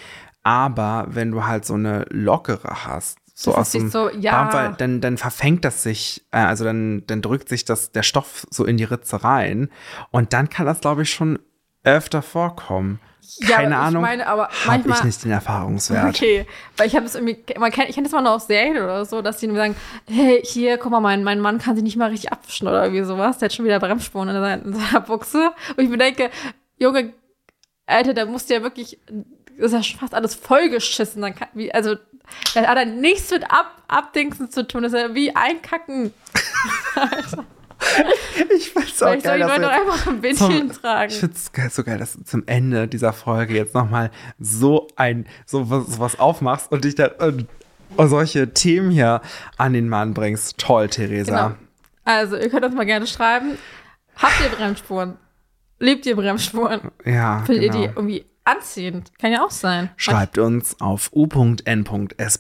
Speaker 2: Aber wenn du halt so eine lockere hast, so
Speaker 1: Das
Speaker 2: aus
Speaker 1: ist nicht
Speaker 2: dem
Speaker 1: so, ja.
Speaker 2: Baumwoll, dann, dann verfängt das sich, äh, also dann, dann drückt sich das, der Stoff so in die Ritze rein. Und dann kann das, glaube ich, schon öfter vorkommen.
Speaker 1: ja,
Speaker 2: Keine
Speaker 1: aber
Speaker 2: Ahnung.
Speaker 1: Ich meine, aber
Speaker 2: Habe
Speaker 1: manchmal
Speaker 2: ich nicht den Erfahrungswert.
Speaker 1: Okay, weil ich habe das irgendwie, man kennt, ich kenne das mal nur aus Serien oder so, dass die irgendwie sagen, hey, hier, guck mal, mein, mein Mann kann sich nicht mal richtig abwischen oder irgendwie sowas, der hat schon wieder Bremsspuren in seiner, in seiner Buchse. Und ich mir denke, Junge, Alter, da musst du ja wirklich, das ist ja schon fast alles vollgeschissen. Dann kann, wie, also, das hat dann nichts mit Ab Abdingsen zu tun, das ist ja wie einkacken.
Speaker 2: Ich find's auch
Speaker 1: Vielleicht
Speaker 2: geil, dass
Speaker 1: soll
Speaker 2: wir
Speaker 1: die Leute
Speaker 2: jetzt-
Speaker 1: doch einfach ein Bindchen tragen.
Speaker 2: Ich finde es so geil, dass du zum Ende dieser Folge jetzt nochmal so ein, so was, so was aufmachst und dich dann und, und solche Themen hier an den Mann bringst. Toll, Theresa.
Speaker 1: Genau. Also, ihr könnt uns mal gerne schreiben. Habt ihr Bremsspuren? Liebt ihr Bremsspuren?
Speaker 2: Ja,
Speaker 1: Findet
Speaker 2: genau.
Speaker 1: ihr die irgendwie anziehend? Kann ja auch sein.
Speaker 2: Schreibt uns auf u.n.s.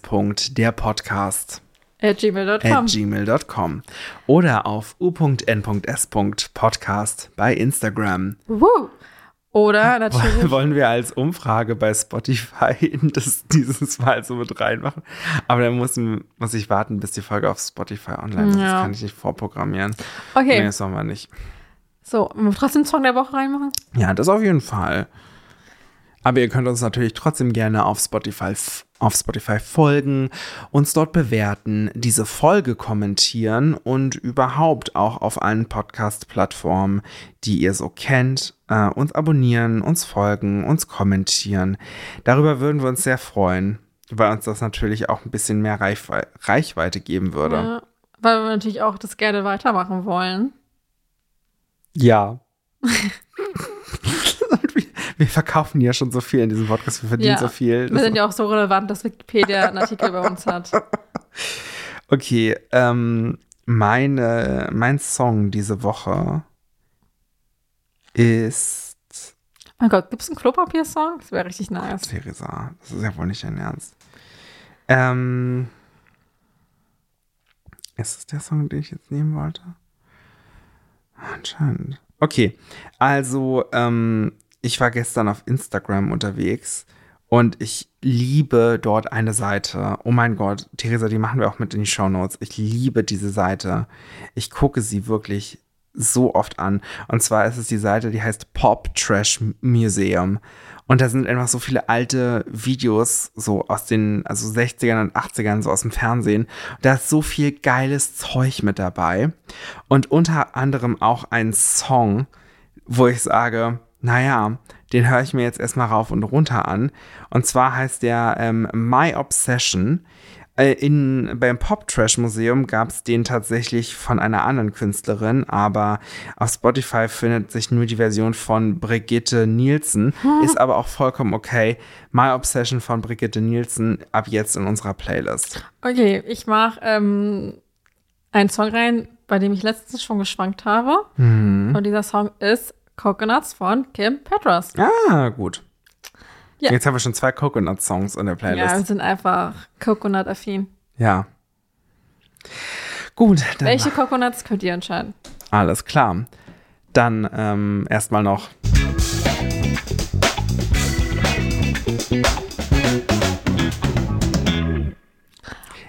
Speaker 2: der Podcast
Speaker 1: At
Speaker 2: at
Speaker 1: gmail.com.
Speaker 2: gmail.com oder auf u.n.s. Podcast bei Instagram.
Speaker 1: Woo.
Speaker 2: <laughs>
Speaker 1: Oder <laughs> natürlich.
Speaker 2: Wollen wir als Umfrage bei Spotify <laughs> das dieses Mal so mit reinmachen? Aber dann muss, muss ich warten, bis die Folge auf Spotify online ist.
Speaker 1: Ja.
Speaker 2: Das kann ich nicht vorprogrammieren. Nee,
Speaker 1: Okay,
Speaker 2: das machen wir nicht.
Speaker 1: so, wollen wir trotzdem Song der Woche reinmachen?
Speaker 2: Ja, das auf jeden Fall. Aber ihr könnt uns natürlich trotzdem gerne auf Spotify, f- auf Spotify folgen, uns dort bewerten, diese Folge kommentieren und überhaupt auch auf allen Podcast-Plattformen, die ihr so kennt, äh, uns abonnieren, uns folgen, uns kommentieren. Darüber würden wir uns sehr freuen, weil uns das natürlich auch ein bisschen mehr Reichwe Reichweite geben würde.
Speaker 1: Ja, weil wir natürlich auch das gerne weitermachen wollen.
Speaker 2: Ja. wir, <laughs> wir verkaufen ja schon so viel in diesem Podcast, wir verdienen
Speaker 1: Ja.
Speaker 2: so viel.
Speaker 1: Wir sind ja auch so relevant, dass Wikipedia einen Artikel über uns
Speaker 2: <laughs>
Speaker 1: hat.
Speaker 2: Okay, ähm, meine, mein Song diese Woche ist
Speaker 1: Mein Gott, gibt es einen Klopapier-Song? Das wäre richtig nice.
Speaker 2: Theresa. Das ist ja wohl nicht dein Ernst. Ähm, ist es der Song, den ich jetzt nehmen wollte? Anscheinend. Okay, also ähm, ich war gestern auf Instagram unterwegs und ich liebe dort eine Seite. Oh mein Gott, Theresa, die machen wir auch mit in die Shownotes. Ich liebe diese Seite. Ich gucke sie wirklich so oft an. Und zwar ist es die Seite, die heißt Pop Trash Museum. Und da sind einfach so viele alte Videos, so aus den, also 60ern und 80ern, so aus dem Fernsehen. Da ist so viel geiles Zeug mit dabei. Und unter anderem auch ein Song, wo ich sage, naja, Den höre ich mir jetzt erstmal rauf und runter an. Und zwar heißt der ähm, My Obsession. Äh, in, beim Pop Trash Museum gab es den tatsächlich von einer anderen Künstlerin, aber auf Spotify findet sich nur die Version von Brigitte Nielsen.
Speaker 1: Hm.
Speaker 2: Ist aber auch vollkommen okay. My Obsession von Brigitte Nielsen ab jetzt in unserer Playlist.
Speaker 1: Okay, ich mache ähm, einen Song rein, bei dem ich letztens schon geschwankt habe.
Speaker 2: Mhm.
Speaker 1: Und dieser Song ist Coconuts von Kim Petras.
Speaker 2: Ah, gut.
Speaker 1: Ja.
Speaker 2: Jetzt haben wir schon zwei Coconut-Songs in der Playlist.
Speaker 1: Ja, wir sind einfach Coconut-affin.
Speaker 2: Ja. Gut, dann
Speaker 1: Welche Coconuts könnt ihr entscheiden?
Speaker 2: alles klar. Dann ähm, erstmal noch.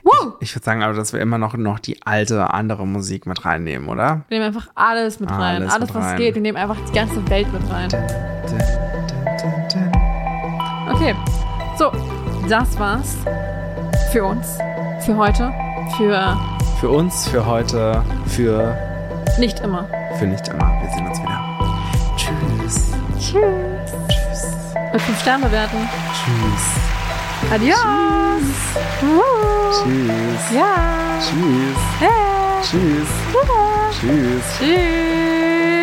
Speaker 1: Woo!
Speaker 2: Ich würde sagen, aber dass wir immer noch, noch die alte, andere Musik mit reinnehmen, oder?
Speaker 1: Wir nehmen einfach alles mit rein.
Speaker 2: Alles
Speaker 1: Alles,
Speaker 2: mit
Speaker 1: was
Speaker 2: rein.
Speaker 1: geht. Wir nehmen einfach die ganze Welt mit rein. Okay. So, das war's für uns. Für heute. Für
Speaker 2: Für uns, für heute, für,
Speaker 1: nicht immer.
Speaker 2: für nicht immer. Wir sehen uns wieder. Tschüss.
Speaker 1: Tschüss.
Speaker 2: Tschüss.
Speaker 1: Mit 5 Sternen bewerten.
Speaker 2: Tschüss.
Speaker 1: Adios. Woo.
Speaker 2: Tschüss.
Speaker 1: Ja.
Speaker 2: Tschüss.
Speaker 1: Hey.
Speaker 2: Tschüss. Tschüss.
Speaker 1: Tschüss.